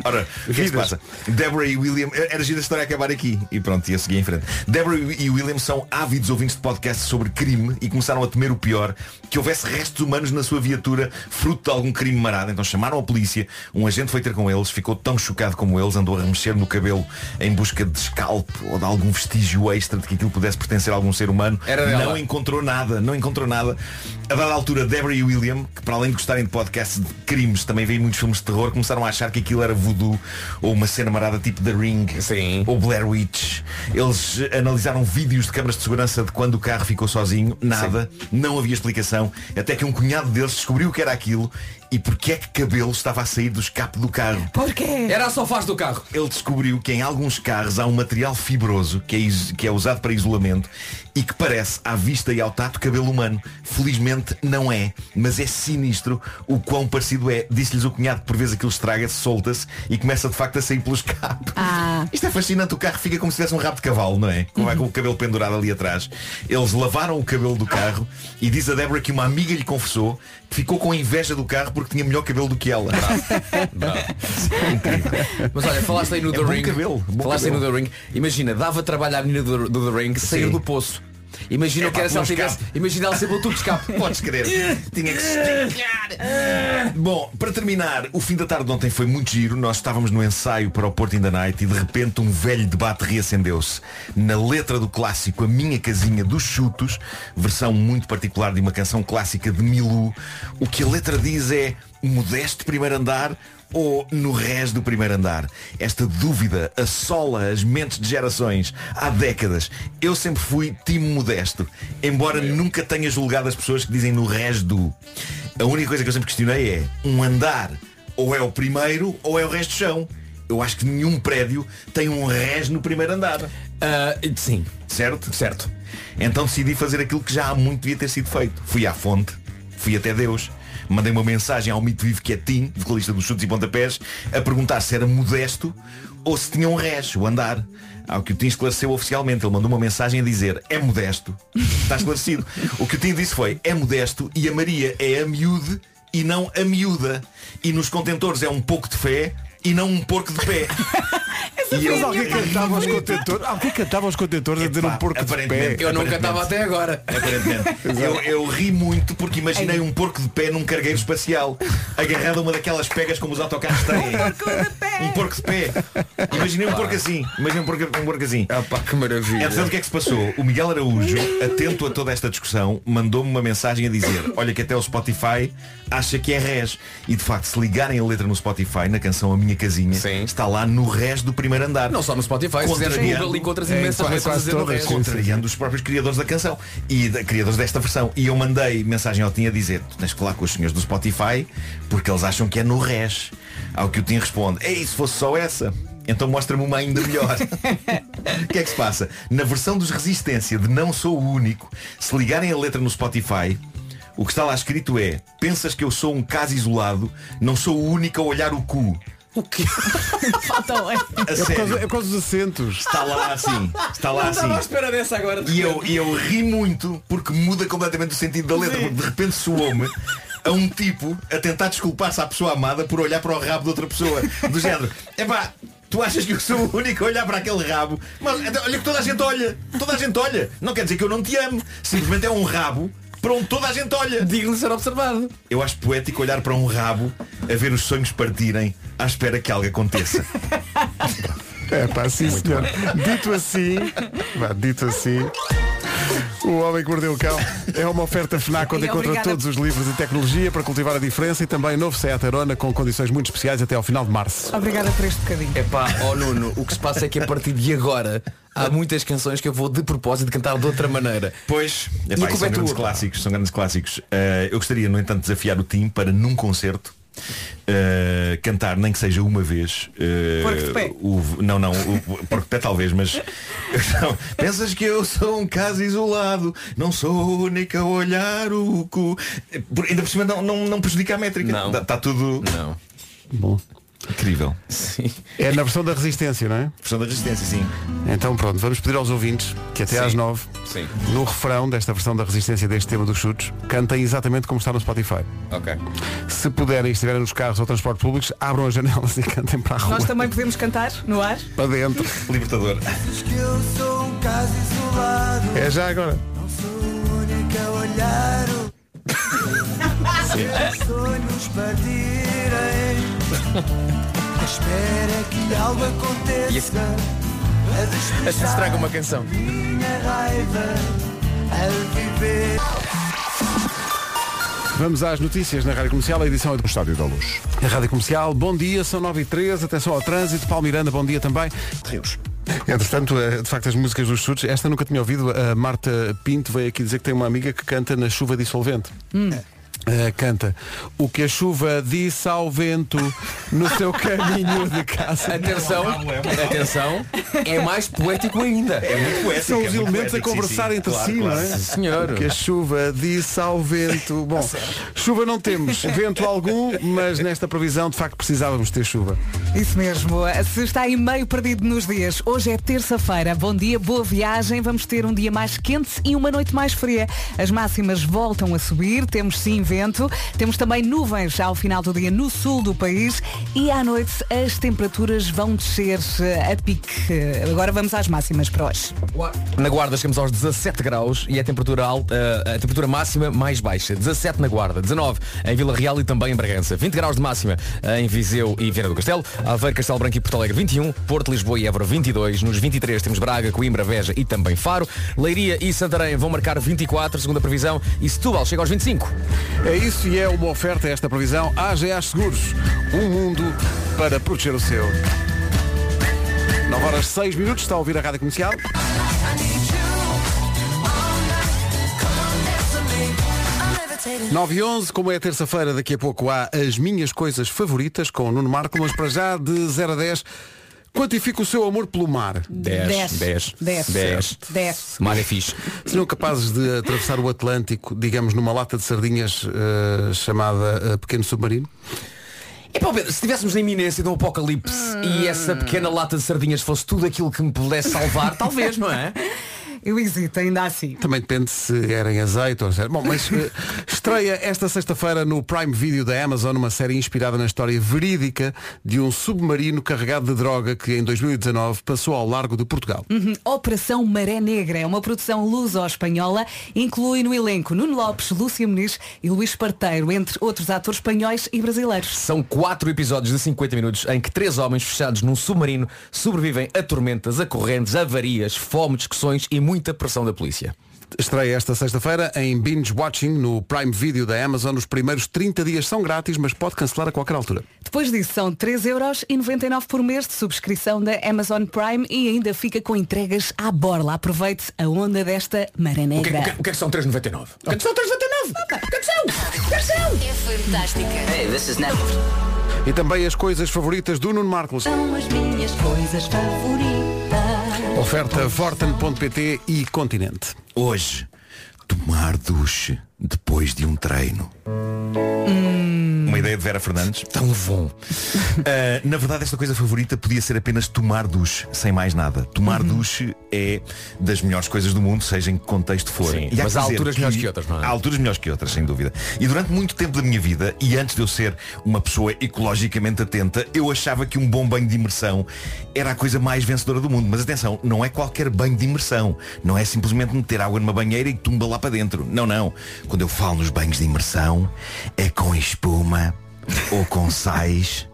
Speaker 5: Ora, o que é que se passa? Deborah e William. eh, Era gira a história acabar aqui. E pronto, ia seguir em frente. Deborah e William são ávidos ouvintes de podcasts sobre crime e começaram a temer o pior, que houvesse restos humanos na sua viatura, fruto de algum crime marado. Então chamaram a polícia, um agente foi ter com eles, ficou tão chocado como eles, andou a remexer no cabelo em busca de escalpo ou de algum vestígio extra de que aquilo pudesse pertencer a algum ser humano.
Speaker 7: Era dela.
Speaker 5: Não encontrou nada, não encontrou nada. A dada altura, Deborah e William, que para além de gostarem de podcasts de crimes, também veem muitos filmes de terror, começaram a achar que aquilo era voodoo ou uma cena marada tipo The Ring
Speaker 7: Sim.
Speaker 5: ou Blair Witch. Eles eh, analisaram vídeos de câmaras de segurança de quando o carro ficou sozinho, nada, não havia explicação, até que um cunhado deles descobriu o que era aquilo e porque é que cabelo estava a sair do escape do carro
Speaker 3: Porquê?
Speaker 7: Era a sofás do carro.
Speaker 5: ele descobriu que em alguns carros há um material fibroso que é, is- que é usado para isolamento e que parece, à vista e ao tato, cabelo humano. Felizmente não é, mas é sinistro o quão parecido é. Disse-lhes o cunhado que por vezes aquilo estraga-se, solta-se e começa de facto a sair pelo escape.
Speaker 3: Ah.
Speaker 5: Isto é fascinante, o carro fica como se tivesse um rabo de cavalo, não é? Como é com o cabelo pendurado ali atrás. Eles lavaram o cabelo do carro e diz a Débora que uma amiga lhe confessou que ficou com inveja do carro porque tinha melhor cabelo do que ela.
Speaker 7: Mas olha, falaste aí no
Speaker 5: É
Speaker 7: The
Speaker 5: bom
Speaker 7: Ring.
Speaker 5: cabelo, bom
Speaker 7: falaste aí no The Ring. Imagina, dava trabalho à menina do, do The Ring sair
Speaker 5: Sim.
Speaker 7: do poço. Imagina o
Speaker 5: Epá,
Speaker 7: que era se
Speaker 5: com
Speaker 7: ela
Speaker 5: um
Speaker 7: tivesse.
Speaker 5: escape.
Speaker 7: Imagina ela ser pelo tubo de escape.
Speaker 5: Podes crer. Tinha que se explicar. Bom, para terminar, o fim da tarde de ontem foi muito giro. Nós estávamos no ensaio para o Porto in the Night e de repente um velho debate reacendeu-se. Na letra do clássico A Minha Casinha dos Chutos, versão muito particular de uma canção clássica de Milu, o que a letra diz é modesto primeiro andar ou no res do primeiro andar. Esta dúvida assola as mentes de gerações há décadas. Eu sempre fui time modesto, embora nunca tenha julgado as pessoas que dizem no res do. A única coisa que eu sempre questionei é um andar ou é o primeiro ou é o resto do chão. Eu acho que nenhum prédio tem um res no primeiro andar.
Speaker 7: Ah, sim.
Speaker 5: Certo? Certo. Então decidi fazer aquilo que já há muito devia ter sido feito. Fui à fonte, fui até Deus, mandei uma mensagem ao mito vivo que é Tim, vocalista dos chutes e pontapés, a perguntar se era modesto ou se tinha um res, o andar. Ao que o Tim esclareceu oficialmente, ele mandou uma mensagem a dizer é modesto. Está esclarecido. o que o Tim disse foi é modesto e a Maria é a miúde e não a miúda. E nos contentores é um pouco de fé e não um porco de pé. e "Tá,
Speaker 1: Mas alguém cantava aos contentores. Alguém cantava aos contentores a dizer
Speaker 5: Epá,
Speaker 1: um porco de pé.
Speaker 5: aparentemente
Speaker 7: Eu não
Speaker 5: Aparentemente.
Speaker 7: cantava até agora.
Speaker 5: Aparentemente. eu, eu ri muito porque imaginei um porco de pé num cargueiro espacial, agarrado a uma daquelas pegas como os autocarros têm. Um porco de pé. Imaginei um porco assim. Imaginei um porco, um porco assim.
Speaker 7: Ah, pá, que maravilha.
Speaker 5: Entretanto, o que é que se passou? O Miguel Araújo, atento a toda esta discussão, mandou-me uma mensagem a dizer Olha que até o Spotify acha que é res E de facto, se ligarem a letra no Spotify, na canção A Minha Casinha
Speaker 7: Sim.
Speaker 5: Está lá no res do primeiro andar
Speaker 7: Não só no Spotify, se fizeres
Speaker 5: Contrariando.
Speaker 7: Google encontras
Speaker 1: É,
Speaker 7: imensas
Speaker 1: quase-
Speaker 7: coisas a
Speaker 1: quase
Speaker 7: dizer no
Speaker 1: todas.
Speaker 7: resto.
Speaker 1: Sim,
Speaker 5: contrariando os próprios criadores da canção e da- criadores desta versão. E eu mandei mensagem ao Tim a dizer, tu tens que falar com os senhores do Spotify, porque eles acham que é no res. Ao que o Tim responde, ei, se fosse só essa, então mostra-me uma ainda melhor. O que é que se passa? Na versão dos Resistência de Não Sou o Único, se ligarem a letra no Spotify, o que está lá escrito é, pensas que eu sou um caso isolado, não sou o único a olhar o cu.
Speaker 7: O quê?
Speaker 3: Faltam. é.
Speaker 5: A
Speaker 1: É por, causa, é
Speaker 5: sério,
Speaker 1: por causa dos acentos.
Speaker 5: está lá assim, está lá
Speaker 7: Não
Speaker 5: assim.
Speaker 7: estava à espera dessa agora.
Speaker 5: E eu, e eu ri muito porque muda completamente o sentido da letra. Porque de repente soou-me a um tipo a tentar desculpar-se à pessoa amada por olhar para o rabo de outra pessoa. Do género. Epá, Tu achas que eu sou o único a olhar para aquele rabo? Mas então, olha que toda a gente olha. Toda a gente olha. Não quer dizer que eu não te amo. Simplesmente é um rabo para onde toda a gente olha.
Speaker 7: Digno de ser observado.
Speaker 5: Eu acho poético olhar para um rabo a ver os sonhos partirem à espera que algo aconteça.
Speaker 1: É pá, sim senhor. Dito assim, vá, dito assim. O Homem que Mordeu o Cão é uma oferta FNAC onde
Speaker 3: E
Speaker 1: encontra
Speaker 3: obrigada.
Speaker 1: todos os livros e tecnologia para cultivar a diferença e também novo Seat Arona com condições muito especiais até ao final de
Speaker 5: É.
Speaker 1: março.
Speaker 3: Obrigada por este bocadinho.
Speaker 7: Epá, ó Nuno, o que se passa é que a partir de agora há muitas canções que eu vou de propósito cantar de outra maneira.
Speaker 5: Pois,
Speaker 7: E a
Speaker 5: epá,
Speaker 7: culpa
Speaker 5: são
Speaker 7: é tua,
Speaker 5: grandes
Speaker 7: pá.
Speaker 5: clássicos, são grandes clássicos. Eh, eu gostaria, no entanto, de desafiar o Tim para num concerto. eh, cantar nem que seja uma vez eh,
Speaker 3: Porco de Pé.
Speaker 5: o, não não o, o porco de pé talvez mas Não, pensas que eu sou um caso isolado não sou a única a olhar o cu Por- ainda por cima não, não, não prejudica a métrica
Speaker 7: Não.
Speaker 5: está tudo
Speaker 7: Não.
Speaker 1: Bom.
Speaker 5: incrível
Speaker 7: Sim.
Speaker 1: É na versão da resistência, não é?
Speaker 5: versão da resistência sim
Speaker 1: Então pronto, vamos pedir aos ouvintes que até
Speaker 7: Sim.
Speaker 1: às nove,
Speaker 7: Sim.
Speaker 1: no refrão desta versão da resistência deste tema dos chutes, cantem exatamente como está no Spotify.
Speaker 7: Ok.
Speaker 1: Se puderem e estiverem nos carros ou transporte públicos, abram as janelas e cantem para a rua,
Speaker 3: Nós também podemos cantar no ar?
Speaker 1: para dentro.
Speaker 5: libertador
Speaker 1: É já agora.
Speaker 7: E assim, assim se traga uma canção.
Speaker 1: Vamos às notícias na Rádio Comercial, a edição é do
Speaker 4: O Estádio da Luz.
Speaker 1: A Rádio Comercial, bom dia, são 9 e 13 atenção ao trânsito, Paulo Miranda, bom dia também.
Speaker 6: Rios.
Speaker 1: Entretanto, eh, de facto, as músicas dos chutes, esta nunca tinha ouvido, a Marta Pinto veio aqui dizer que tem uma amiga que canta na chuva dissolvente. Eh, canta O que a chuva disse ao vento No seu caminho de casa
Speaker 7: Atenção, atenção, é mais poético ainda.
Speaker 5: é muito poético
Speaker 1: São
Speaker 5: é
Speaker 1: os
Speaker 5: muito
Speaker 1: elementos a
Speaker 5: poético, sim,
Speaker 1: conversar
Speaker 5: sim,
Speaker 1: entre
Speaker 5: claro,
Speaker 1: si,
Speaker 5: claro.
Speaker 1: não é?
Speaker 7: Senhor.
Speaker 1: Que a chuva disse ao vento.
Speaker 5: Tá
Speaker 1: Bom, chuva não temos, vento algum, mas nesta previsão de facto precisávamos ter chuva.
Speaker 3: Isso mesmo. Se está aí meio perdido nos dias, hoje é terça-feira. Bom dia, boa viagem. Vamos ter um dia mais quente e uma noite mais fria. As máximas voltam a subir, temos sim vento, temos também nuvens ao final do dia no sul do país e à noite as temperaturas vão descer eh, a pique. Agora vamos às máximas para hoje.
Speaker 7: Na Guarda chegamos aos 17 graus e é a temperatura, alta, eh, a temperatura máxima mais baixa. 17 na Guarda, 19 em Vila Real e também em Bragança. 20 graus de máxima em Viseu e Viana do Castelo. Aveiro, Castelo Branco e Porto Alegre 21. Porto, Lisboa e Évora 22. Nos 23 temos Braga, Coimbra, Veja e também Faro. Leiria e Santarém vão marcar 24, segundo a previsão. E Setúbal chega aos 25.
Speaker 1: É isso e é uma oferta esta previsão AGA Seguros. Um mundo para proteger o seu. 9 horas 6 minutos, está a ouvir a Rádio Comercial.
Speaker 2: Levitating.
Speaker 1: 9 e 11, como é terça-feira, daqui a pouco há as minhas coisas favoritas com o Nuno Marco, mas para já de 0 a 10, quantifica o seu amor pelo mar.
Speaker 7: 10. 10.
Speaker 3: 10.
Speaker 7: 10.
Speaker 3: 10.
Speaker 7: Mar é fixe.
Speaker 1: Seriam capazes de atravessar o Atlântico, digamos, numa lata de sardinhas eh, chamada eh, Pequeno Submarino?
Speaker 7: É pá, Pedro, se estivéssemos na iminência de um apocalipse e essa pequena lata de sardinhas fosse tudo aquilo que me pudesse salvar, talvez, não é?
Speaker 3: Eu hesito, ainda assim.
Speaker 1: Também depende se era em azeite ou se era... Bom, mas eh, estreia esta sexta-feira no Prime Video da Amazon uma série inspirada na história verídica de um submarino carregado de droga que em 2019 passou ao largo de Portugal.
Speaker 3: Operação Maré Negra é uma produção luso-espanhola, inclui no elenco Nuno Lopes, Lúcia Muniz e Luís Parteiro, entre outros atores espanhóis e brasileiros.
Speaker 7: São quatro episódios de 50 minutos em que três homens fechados num submarino sobrevivem a tormentas, a correntes, avarias, fome, discussões e muita pressão da polícia.
Speaker 1: Estreia esta sexta-feira em Binge Watching no Prime Video da Amazon. Os primeiros 30 dias são grátis, mas pode cancelar a qualquer altura.
Speaker 3: Depois disso, são 3,99€ por mês de subscrição da Amazon Prime e ainda fica com entregas à borla. Aproveite a onda desta Maré
Speaker 7: O que,
Speaker 3: Negra.
Speaker 7: o que- o que é que são 3,99? O que é que são 3,99? O que é que são?
Speaker 2: É fantástica.
Speaker 1: E também as coisas favoritas do Nuno Marcos.
Speaker 2: São as minhas coisas favoritas.
Speaker 1: Oferta forten.pt e Continente.
Speaker 5: Hoje, tomar duche depois de um treino.
Speaker 7: Hum.
Speaker 5: Uma ideia de Vera Fernandes. Tão bom. Ah, na verdade, esta coisa favorita podia ser apenas tomar duche, sem mais nada. Tomar
Speaker 7: Uhum.
Speaker 5: duche é das melhores coisas do mundo, seja em que contexto for.
Speaker 7: Sim,
Speaker 5: que
Speaker 7: mas há
Speaker 5: dizer
Speaker 7: alturas melhores que outras, não é?
Speaker 5: Há alturas melhores que outras, sem dúvida. E durante muito tempo da minha vida, e antes de eu ser uma pessoa ecologicamente atenta, eu achava que um bom banho de imersão era a coisa mais vencedora do mundo. Mas atenção, não é qualquer banho de imersão. Não é simplesmente meter água numa banheira e tumba lá para dentro. Não, não. Quando eu falo nos banhos de imersão, é com espuma ou com sais.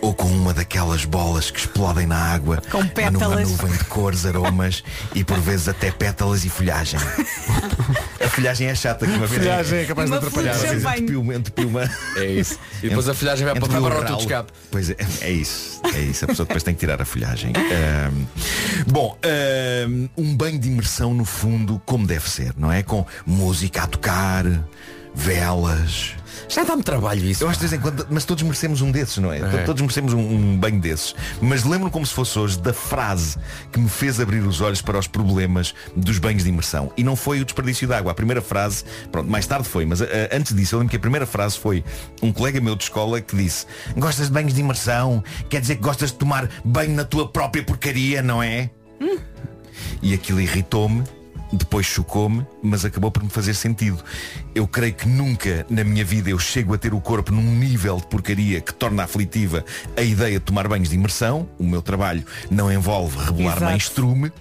Speaker 5: Ou com uma daquelas bolas que explodem na água
Speaker 3: Com
Speaker 5: mas numa
Speaker 3: pétalas.
Speaker 5: nuvem de cores, aromas E por vezes até pétalas e folhagem A folhagem é chata que uma vez
Speaker 1: Filhagem é capaz de
Speaker 3: Uma
Speaker 1: atrapalhar.
Speaker 3: folha.
Speaker 5: Pois,
Speaker 3: champanhe.
Speaker 5: entupiu-me, entupiu-me.
Speaker 7: É isso. E depois a folhagem vai para
Speaker 5: Entupiu
Speaker 7: vai
Speaker 5: É o
Speaker 7: para o tubo
Speaker 5: ralo.
Speaker 7: de escape.
Speaker 5: Pois é, é isso, é isso. A pessoa depois tem que tirar a folhagem. Ahm, bom, ahm, um banho de imersão no fundo, como deve ser, não é? Com música a tocar, velas.
Speaker 7: Já dá-me trabalho isso.
Speaker 5: Eu acho que de vez em quando, mas todos merecemos um desses, não é? Todos merecemos um, um banho desses. Mas lembro como se fosse hoje da frase que me fez abrir os olhos para os problemas dos banhos de imersão. E não foi o desperdício de água. A primeira frase, pronto, mais tarde foi, mas ah, ah, antes disso eu lembro que a primeira frase foi um colega meu de escola que disse Gostas de banhos de imersão? Quer dizer que gostas de tomar banho na tua própria porcaria, não é? E aquilo irritou-me, depois chocou-me, mas acabou por me fazer sentido. Eu creio que nunca na minha vida eu chego a ter o corpo num nível de porcaria que torna aflitiva a ideia de tomar banhos de imersão. O meu trabalho não envolve rebolar-me
Speaker 3: Exato.
Speaker 5: em estrume.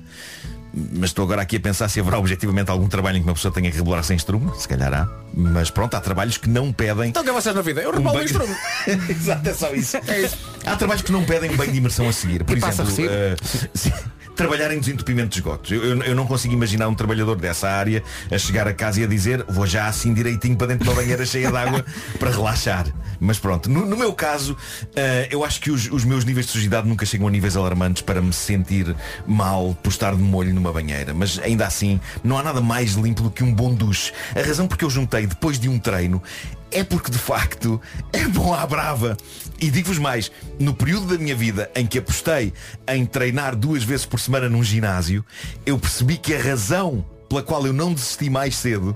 Speaker 5: Mas estou agora aqui a pensar se haverá objetivamente algum trabalho em que uma pessoa tenha que rebolar sem estrume. Se calhar há. Mas pronto, há trabalhos que não pedem
Speaker 7: Então o que é vocês na vida? Eu rebolo
Speaker 5: banho-
Speaker 7: isto.
Speaker 5: Um Exato, é só isso. Há trabalhos que não pedem banho de imersão a seguir. Por
Speaker 1: E passa
Speaker 5: exemplo, eh, se- trabalhar em desentupimentos de esgotos. Eu, eu- eu não consigo imaginar um trabalhador dessa área a chegar a casa e a dizer vou já assim direitinho para dentro de uma banheira cheia de água para relaxar. Mas pronto, no, no meu caso, eh, eu acho que os, os meus níveis de sujidade nunca chegam a níveis alarmantes para me sentir mal por estar de molho numa banheira. Mas ainda assim, não há nada mais limpo do que um bom duche. A razão porque eu juntei depois de um treino é porque de facto é bom à brava. E digo-vos mais, no período da minha vida em que apostei em treinar duas vezes por semana num ginásio, eu percebi que a razão pela qual eu não desisti mais cedo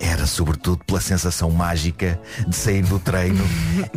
Speaker 5: era sobretudo pela sensação mágica de sair do treino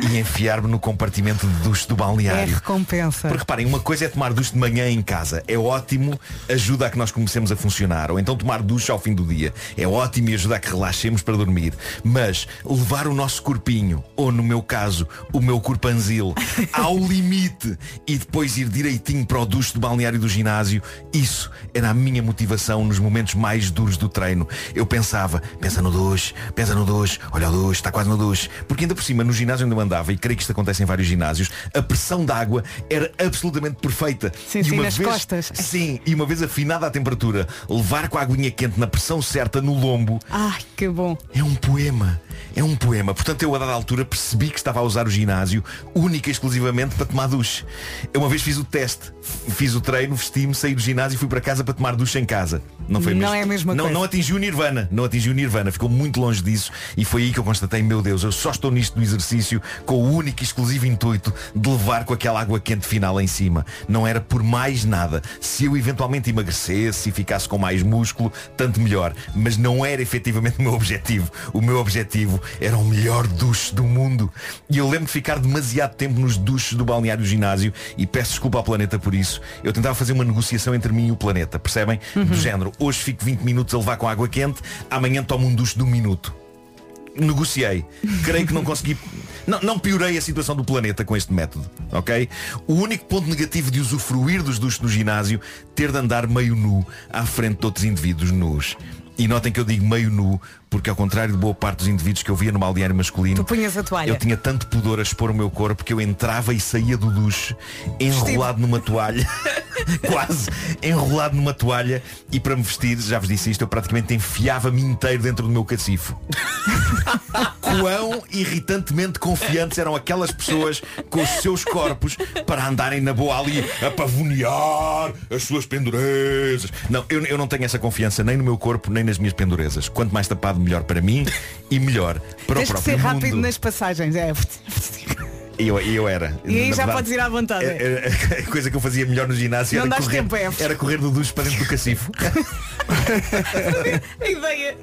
Speaker 5: e enfiar-me no compartimento de duche do
Speaker 3: É
Speaker 5: balneário.
Speaker 3: recompensa.
Speaker 5: Porque reparem, uma coisa é tomar duche de manhã em casa. É ótimo, ajuda a que nós comecemos a funcionar. Ou então tomar duche ao fim do dia. É ótimo e ajuda a que relaxemos para dormir. Mas levar o nosso corpinho, ou no meu caso, o meu corpanzil, ao limite e depois ir direitinho para o duche do balneário do ginásio, isso era a minha motivação nos momentos mais duros do treino. Eu pensava, pensa no duche, pensa no duche, olha o duche, está quase no duche. Porque ainda por cima, no ginásio onde eu andava, e creio que isto acontece em vários ginásios, a pressão da água era absolutamente perfeita.
Speaker 3: Sim,
Speaker 5: e
Speaker 3: sim,
Speaker 5: uma
Speaker 3: nas
Speaker 5: vez,
Speaker 3: costas.
Speaker 5: Sim, e uma vez afinada a temperatura, levar com a aguinha quente na pressão certa no lombo,
Speaker 3: Ai, que bom.
Speaker 5: é um poema. É um poema. Portanto, eu a dada altura percebi que estava a usar o ginásio única e exclusivamente para tomar duche. Eu uma vez fiz o teste, f- fiz o treino, vesti-me, saí do ginásio e fui para casa para tomar duche em casa. Não foi
Speaker 3: Não
Speaker 5: mesmo.
Speaker 3: é a mesma
Speaker 5: não,
Speaker 3: coisa.
Speaker 5: não atingiu o Nirvana. Não atingiu o Nirvana. Ficou muito longe disso e foi aí que eu constatei, meu Deus, eu só estou nisto do exercício com o único e exclusivo intuito de levar com aquela água quente final em cima. Não era por mais nada. Se eu eventualmente emagrecesse e ficasse com mais músculo, tanto melhor. Mas não era efetivamente o meu objetivo. O meu objetivo era o melhor duche do mundo. E eu lembro de ficar demasiado tempo nos duches do balneário ginásio e peço desculpa ao planeta por isso. Eu tentava fazer uma negociação entre mim e o planeta, percebem? Do género, hoje fico 20 minutos a levar com água quente, amanhã tomo um duche de um minuto negociei. Creio que não consegui. Não, não piorei a situação do planeta com este método, ok? O único ponto negativo de usufruir dos duches do ginásio, ter de andar meio nu à frente de outros indivíduos nus. E notem que eu digo meio nu, porque ao contrário de boa parte dos indivíduos que eu via no balneário masculino,
Speaker 3: Tu punhas a toalha.
Speaker 5: eu tinha tanto pudor a expor o meu corpo que eu entrava e saía do duche enrolado numa toalha. Quase enrolado numa toalha e para me vestir, já vos disse isto, eu praticamente enfiava-me inteiro dentro do meu cacifo quão irritantemente confiantes eram aquelas pessoas com os seus corpos para andarem na boa ali a pavonear as suas pendurezas. Não, eu, eu não tenho essa confiança nem no meu corpo, nem nas minhas pendurezas. Quanto mais tapado, melhor para mim e melhor para
Speaker 3: Tens que
Speaker 5: o
Speaker 3: ser
Speaker 5: próprio
Speaker 3: rápido
Speaker 5: mundo.
Speaker 3: nas passagens. É.
Speaker 5: E eu, e eu era.
Speaker 3: E aí
Speaker 5: Na
Speaker 3: já
Speaker 5: verdade,
Speaker 3: podes ir à vontade.
Speaker 5: é- é- A coisa que eu fazia melhor no ginásio
Speaker 3: Não
Speaker 5: era
Speaker 3: dás
Speaker 5: correr,
Speaker 3: tempo a F.
Speaker 5: era correr do duche para dentro do cacifo.
Speaker 3: A ideia.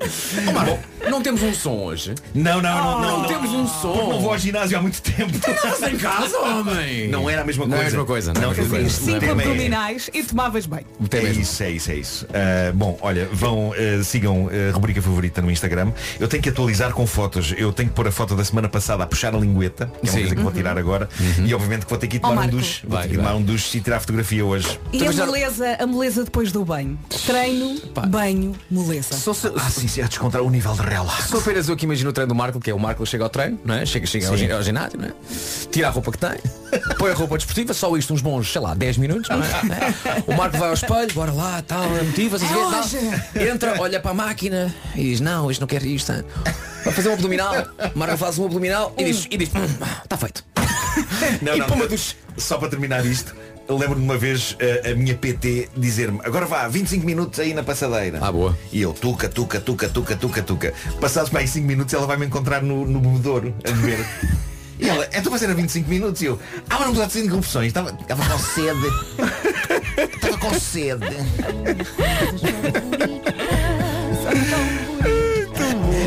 Speaker 7: Não temos um som hoje.
Speaker 5: Não, não, não, não,
Speaker 7: não,
Speaker 3: Oh.
Speaker 5: não.
Speaker 7: temos um som.
Speaker 5: Porque não vou ao ginásio há muito tempo.
Speaker 7: Estás em casa, homem.
Speaker 5: Não era a mesma
Speaker 7: Não
Speaker 5: coisa.
Speaker 7: é a mesma coisa. Não, é a mesma coisa.
Speaker 5: existe.
Speaker 7: Não é
Speaker 3: Cinco
Speaker 7: a mesma coisa.
Speaker 3: abdominais e tomavas bem.
Speaker 7: Tem
Speaker 5: é
Speaker 7: mesmo.
Speaker 5: isso, é isso, é isso. Ah, bom, olha, vão, ah, sigam a rubrica favorita no Instagram. Eu tenho que atualizar com fotos. Eu tenho que pôr a foto da semana passada a puxar a lingueta, que é uma
Speaker 7: Sim.
Speaker 5: coisa que vou tirar agora. E obviamente que vou ter que ir tomar um
Speaker 3: Marco.
Speaker 5: duche. Vou
Speaker 7: Vai,
Speaker 5: ter que ir
Speaker 7: vai.
Speaker 5: tomar um duche e tirar a fotografia hoje.
Speaker 3: E a
Speaker 7: Também já-
Speaker 3: moleza, a moleza depois do banho. Treino, banho, moleza.
Speaker 7: Só se-
Speaker 5: Ah, sim, sim, a descontar o nível de relax.
Speaker 7: Sou apenas eu que imagino o treino do Marco, que é o Marco chega ao treino, não é? Chega, chega ao, gi- ao ginásio, não é? tira a roupa que tem, põe a roupa desportiva, só isto uns bons, sei lá, 10 minutos, não é? O Marco vai ao espelho, bora lá, tal, motiva-se, não
Speaker 5: É
Speaker 7: sei o quê, tal. entra, olha para a máquina e diz, não, isto não quer isto. hein? Vai fazer um abdominal, O Marco faz um abdominal e diz, e diz, está feito.
Speaker 5: Não,
Speaker 7: E
Speaker 5: não,
Speaker 7: puma
Speaker 5: eu-
Speaker 7: dos-
Speaker 5: Só para terminar isto, eu lembro-me uma vez eh, a, a minha PT dizer-me, agora vá, 25 minutos aí na passadeira.
Speaker 7: Ah, boa.
Speaker 5: E eu, tuca, tuca, tuca, tuca, tuca, tuca. Passados mais 5 minutos ela vai me encontrar no, no bebedouro a beber. E ela, é tu vais a 25 minutos? E eu, ah, mas não precisava de 5 interrupções. Estava, estava com sede. Estava com sede.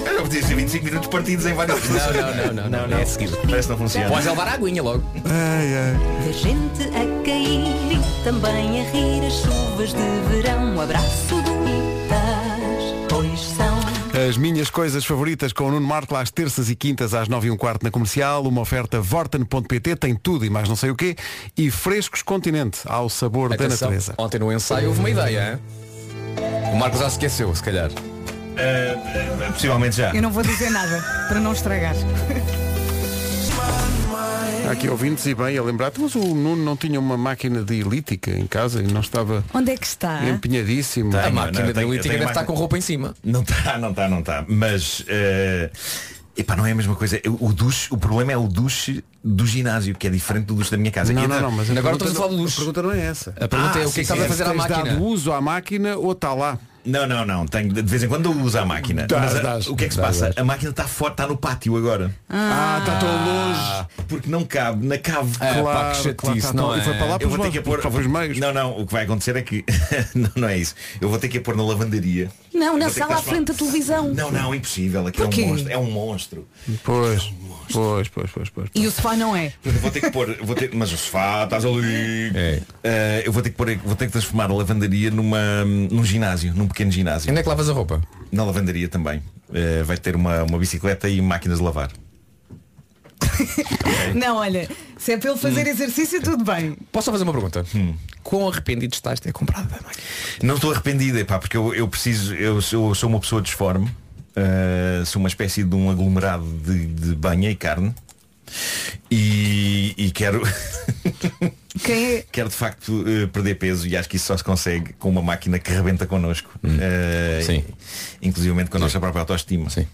Speaker 5: Eu podia ser 25 minutos partidos em várias
Speaker 7: Não, não, não, não, não, não. É a seguir.
Speaker 5: Parece que não funciona.
Speaker 7: Podes levar a aguinha logo.
Speaker 2: Da gente a cair e também a rir as chuvas de verão. Um abraço do Itas, pois são.
Speaker 1: As minhas coisas favoritas com o Nuno Marco às terças e quintas às 9 e um quarto na comercial, uma oferta vorten.pt, tem tudo e mais não sei o quê, e frescos continente ao sabor da
Speaker 7: Atenção,
Speaker 1: natureza.
Speaker 7: ontem no ensaio houve uma ideia, hein? O Marco já se esqueceu, se calhar.
Speaker 5: Ah, possivelmente já.
Speaker 3: Eu não vou dizer nada para não estragar.
Speaker 1: Há aqui ouvintes e bem a lembrar, mas o Nuno não tinha uma máquina de elítica em casa e não estava
Speaker 3: Onde é que está?
Speaker 7: Ah?
Speaker 1: empenhadíssimo.
Speaker 5: Tá.
Speaker 7: A
Speaker 5: Tenho,
Speaker 7: máquina
Speaker 5: não,
Speaker 7: da
Speaker 5: tenho-
Speaker 7: elítica
Speaker 5: tenho
Speaker 7: deve
Speaker 5: mais-
Speaker 7: estar com roupa em cima.
Speaker 5: Não está, não está, não está. Mas eh, epá, não é a mesma coisa. Eu- O duche, o problema é o duche do ginásio, que é diferente do duche da minha casa.
Speaker 1: Não,
Speaker 5: E
Speaker 1: não,
Speaker 5: então-
Speaker 1: não, mas a
Speaker 7: Agora
Speaker 1: pergunta
Speaker 7: estamos a
Speaker 1: não-
Speaker 7: falar de luz.
Speaker 1: A pergunta não é essa.
Speaker 7: A pergunta
Speaker 5: Ah,
Speaker 7: é o que é
Speaker 5: sim,
Speaker 7: que estás a
Speaker 5: sim,
Speaker 7: fazer à
Speaker 1: Tens
Speaker 7: máquina?
Speaker 1: dado uso à máquina ou está lá?
Speaker 5: não, não, não. Tenho, de vez em quando eu uso a máquina.
Speaker 1: Dás,
Speaker 5: mas a-
Speaker 1: dás.
Speaker 5: o que é que se
Speaker 1: Dás,
Speaker 5: passa?
Speaker 1: dás.
Speaker 5: A máquina está fora, está no pátio agora.
Speaker 1: Ah, está tão longe.
Speaker 5: Porque não cabe na cave.
Speaker 7: É,
Speaker 1: Claro,
Speaker 7: pá, que chatice,
Speaker 1: claro, está
Speaker 7: não
Speaker 1: tão-
Speaker 7: é?
Speaker 1: E foi Ah, para lá
Speaker 5: Eu
Speaker 1: pelos
Speaker 5: vou ter que
Speaker 1: lados,
Speaker 5: a pôr.
Speaker 1: para os meios.
Speaker 5: Não, não, o que vai acontecer é que. não, não é isso. Eu vou ter que a pôr na lavandaria.
Speaker 3: Não, na
Speaker 5: Vou ter que
Speaker 3: sala à
Speaker 5: transformar-
Speaker 3: frente da televisão.
Speaker 5: Não, não, impossível. Aquilo é
Speaker 3: Porquê?
Speaker 5: um monstro. É um monstro.
Speaker 1: Pois, pois, pois, pois, pois.
Speaker 3: E o sofá não é.
Speaker 5: Portanto, vou ter que pôr, vou ter, mas o sofá, estás ali.
Speaker 7: É.
Speaker 5: Eh, eu vou ter que pôr, vou ter que transformar a lavandaria numa, num ginásio, num pequeno ginásio.
Speaker 7: Ainda é que lavas a roupa?
Speaker 5: Na lavandaria também. Eh, vai ter uma, uma bicicleta e máquinas de lavar.
Speaker 3: Não, olha, se é para ele fazer exercício, tudo bem.
Speaker 7: Posso só fazer uma pergunta?
Speaker 1: Hum.
Speaker 7: Quão arrependido estás de ter comprado a máquina?
Speaker 5: Não estou arrependido, epá, porque eu, eu preciso, eu sou, sou uma pessoa disforme, eh, sou uma espécie de um aglomerado de, de banha e carne. E, e quero,
Speaker 3: Quem é?
Speaker 5: quero de facto eh, perder peso e acho que isso só se consegue com uma máquina que rebenta connosco. Eh,
Speaker 7: Sim.
Speaker 5: Inclusive com a nossa própria autoestima.
Speaker 7: Sim.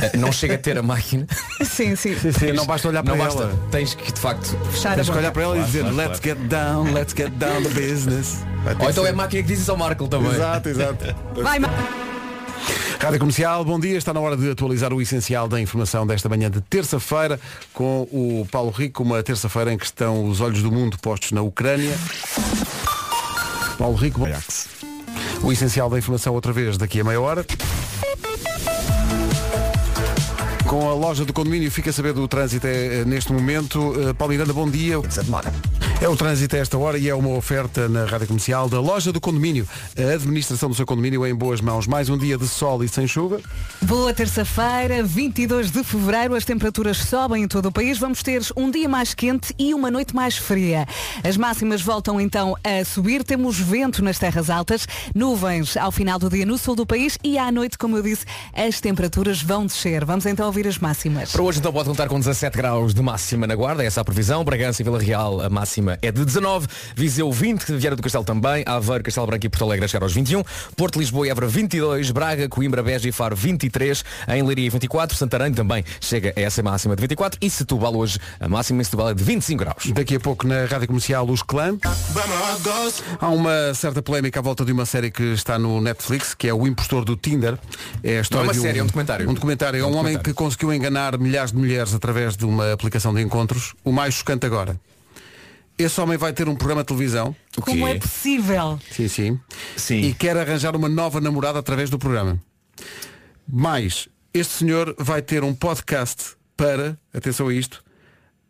Speaker 7: Eh, Não chega a ter a máquina.
Speaker 3: Sim, sim.
Speaker 1: Sim, não basta olhar para
Speaker 7: não
Speaker 1: ela.
Speaker 7: Basta. Tens que de facto.
Speaker 3: Fechar a
Speaker 1: Tens que olhar
Speaker 3: boca.
Speaker 1: para ela e
Speaker 5: Claro,
Speaker 1: dizer
Speaker 5: claro,
Speaker 1: let's get down, let's get down to business. Vai ter
Speaker 7: Ou
Speaker 1: que
Speaker 7: então é
Speaker 1: ser.
Speaker 7: a máquina que dizes ao Marco também.
Speaker 1: Exato, exato.
Speaker 3: Vai, ma-
Speaker 1: Rádio Comercial, bom dia. Está na hora de atualizar o essencial da informação desta manhã de terça-feira com o Paulo Rico, uma terça-feira em que estão os olhos do mundo postos na Ucrânia. Paulo Rico, bom... o essencial da informação outra vez daqui a meia hora. Com a loja do condomínio fica a saber do trânsito eh, neste momento. Eh, Paulo Miranda, bom dia. É o trânsito a esta hora e é uma oferta na Rádio Comercial da Loja do Condomínio. A administração do seu condomínio é em boas mãos. Mais um dia de sol e sem chuva.
Speaker 3: Boa terça-feira, 22 de fevereiro. As temperaturas sobem em todo o país. Vamos ter um dia mais quente e uma noite mais fria. As máximas voltam então a subir. Temos vento nas terras altas, nuvens ao final do dia no sul do país e à noite, como eu disse, as temperaturas vão descer. Vamos então ouvir as máximas.
Speaker 7: Para hoje então pode contar com 17 graus de máxima na guarda, essa é a previsão. Bragança e Vila Real a máxima é de 19, Viseu 20, Vieira do Castelo também, Aveiro, Castelo Branco e Porto Alegre a chegar aos 21, Porto Lisboa e Évora 22, Braga, Coimbra, Beja e Faro 23, em Leiria 24, Santarém também chega a essa máxima de 24 e Setúbal hoje a máxima em Setúbal é de 25 graus.
Speaker 1: Daqui a pouco na Rádio Comercial os clã. Há uma certa polémica à volta de uma série que está no Netflix, que é o impostor do Tinder. É a história
Speaker 7: Não é uma
Speaker 1: de um,
Speaker 7: série, é um documentário.
Speaker 1: Um documentário. É um,
Speaker 7: É um
Speaker 1: homem que
Speaker 7: documentário.
Speaker 1: conseguiu enganar milhares de mulheres através de uma aplicação de encontros. O mais chocante agora Esse homem vai ter um programa de televisão.
Speaker 3: Como é possível?
Speaker 1: Sim, sim.
Speaker 5: Sim.
Speaker 1: E quer arranjar uma nova namorada através do programa. Mas este senhor vai ter um podcast para, atenção a isto,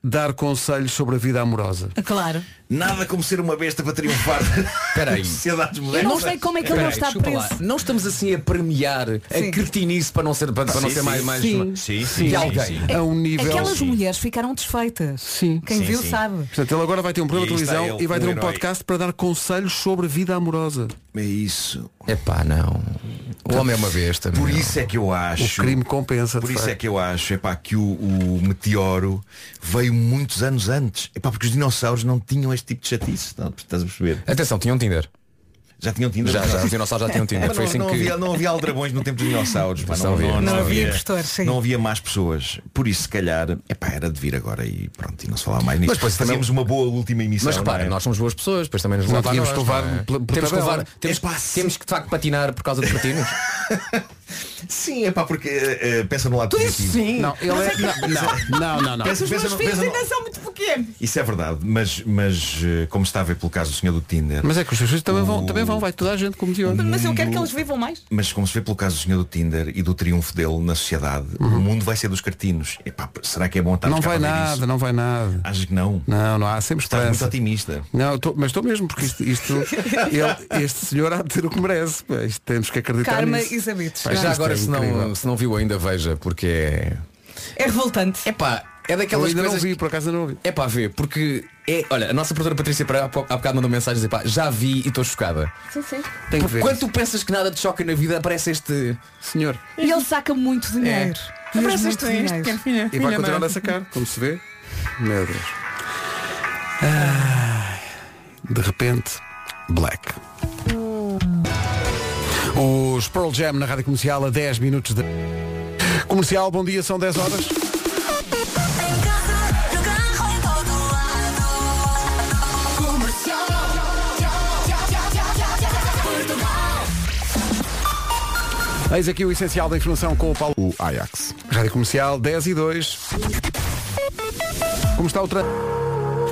Speaker 1: dar conselhos sobre a vida amorosa.
Speaker 3: Claro.
Speaker 5: Nada como ser uma besta para triunfar
Speaker 7: Espera aí.
Speaker 5: nas sociedades
Speaker 3: Eu
Speaker 5: modernas.
Speaker 3: não sei como é que ele não
Speaker 7: Peraí,
Speaker 3: está
Speaker 7: desculpa
Speaker 3: preso.
Speaker 7: lá. Não estamos assim a premiar
Speaker 3: Sim.
Speaker 7: a cretinice para não ser, para, para não
Speaker 5: Sim,
Speaker 7: ser
Speaker 5: sim.
Speaker 7: mais, mais
Speaker 3: Sim.
Speaker 5: Sim,
Speaker 7: de
Speaker 5: sim,
Speaker 7: alguém.
Speaker 5: sim, sim.
Speaker 1: A um nível.
Speaker 3: Aquelas
Speaker 5: sim.
Speaker 3: mulheres ficaram desfeitas.
Speaker 1: Sim.
Speaker 3: Quem
Speaker 5: assim. Sim,
Speaker 3: viu
Speaker 5: sim.
Speaker 3: sabe.
Speaker 1: Portanto, ele agora vai ter um programa de
Speaker 5: E aí está
Speaker 1: televisão
Speaker 5: ele,
Speaker 1: e vai ter
Speaker 5: um
Speaker 1: um
Speaker 5: herói.
Speaker 1: podcast para dar conselhos sobre vida amorosa.
Speaker 5: É isso.
Speaker 7: Epá, não. O homem é uma besta.
Speaker 5: Por
Speaker 7: meu.
Speaker 5: isso é que eu acho.
Speaker 1: O crime compensa. de
Speaker 5: Por isso
Speaker 1: facto.
Speaker 5: é que eu acho epá, que o, o meteoro veio muitos anos antes. Epá, porque os dinossauros não tinham este tipo de chatice. Não, estás a perceber?
Speaker 7: Atenção, tinha um Tinder.
Speaker 5: Já tinham Tinder.
Speaker 7: Já,
Speaker 5: mas-
Speaker 7: já, os dinossauros já tinham Tinder.
Speaker 5: Mas
Speaker 7: Foi
Speaker 5: não,
Speaker 7: assim
Speaker 5: não
Speaker 7: que.
Speaker 5: havia, não havia aldrabões no tempo dos dinossauros. pá,
Speaker 7: Não
Speaker 5: não,
Speaker 7: havia.
Speaker 5: não,
Speaker 3: Não havia impostores, sim.
Speaker 5: não havia mais pessoas. Por isso, se calhar, epá, era de vir agora e pronto, e não se falava mais nisso.
Speaker 7: Mas depois também-
Speaker 5: fazíamos uma boa última emissão.
Speaker 7: Mas repara,
Speaker 5: não é?
Speaker 7: nós somos boas pessoas, depois também nos
Speaker 1: Não
Speaker 7: levam a
Speaker 1: tínhamos
Speaker 7: nós,
Speaker 1: que levar
Speaker 7: não é?
Speaker 1: pela- pela
Speaker 7: Temos que
Speaker 1: tabela. É
Speaker 7: levar, temos,
Speaker 5: Epá, sim.
Speaker 7: temos que de facto patinar por causa de cretinos.
Speaker 5: Sim, é pá, porque eh, eh, pensa no lado positivo.
Speaker 1: Não, ele é. Não, não, não. não.
Speaker 5: Pensa, pensa, no- pensa no-
Speaker 3: são muito pequenos.
Speaker 5: Isso é verdade, mas, mas eh, como está a ver pelo caso do senhor do Tinder,
Speaker 1: Mas é que os seus filhos também vão,
Speaker 5: O-
Speaker 1: também vão, vai toda a gente como de
Speaker 3: Mas eu quero que eles vivam mais.
Speaker 5: mas como se vê pelo caso do senhor do Tinder e do triunfo dele na sociedade,
Speaker 7: Uhum.
Speaker 5: o mundo vai ser dos cartinos. Epá, será que é bom estar
Speaker 1: Não vai nada, não vai nada.
Speaker 5: Acho que não.
Speaker 1: Não, não há sempre
Speaker 5: Estás muito
Speaker 1: esperança.
Speaker 5: otimista.
Speaker 1: Não, eu tô- mas estou mesmo, porque isto, isto- ele- este senhor há de ter o que merece. pá. Isto temos que acreditar
Speaker 3: Karma
Speaker 1: nisso.
Speaker 3: e sabidos.
Speaker 1: Pá,
Speaker 7: Já
Speaker 1: isto
Speaker 7: agora,
Speaker 1: é
Speaker 7: se não,
Speaker 1: incrível.
Speaker 7: se não viu ainda, veja, porque é.
Speaker 3: É revoltante.
Speaker 7: Epá, é
Speaker 1: Eu
Speaker 7: daquelas
Speaker 1: ainda não
Speaker 7: coisas.
Speaker 1: vi, por acaso ainda não vi.
Speaker 7: É pá, ver, porque é, olha, a nossa produtora Patrícia Pereira há pou- há bocado mandou mensagem a dizer, pá, já vi e estou chocada.
Speaker 3: Sim, sim.
Speaker 1: Tem que
Speaker 7: Porque
Speaker 1: ver.
Speaker 7: quando tu pensas que nada te choca na vida, aparece este.
Speaker 1: Senhor.
Speaker 3: É. E ele saca muito dinheiro.
Speaker 7: É.
Speaker 3: Mas
Speaker 7: Aparece
Speaker 3: muito
Speaker 7: este- este
Speaker 3: dinheiro.
Speaker 7: pequeno filho.
Speaker 1: E vai continuar a sacar, como se vê. Meu Deus. Ai, de repente, Black. Os Pearl Jam na Rádio Comercial a 10 minutos de. Comercial, bom dia, são 10 horas. Eis aqui o essencial da informação com o Paulo.
Speaker 9: O Ajax.
Speaker 1: Rádio Comercial 10 e 2. Como está o trânsito?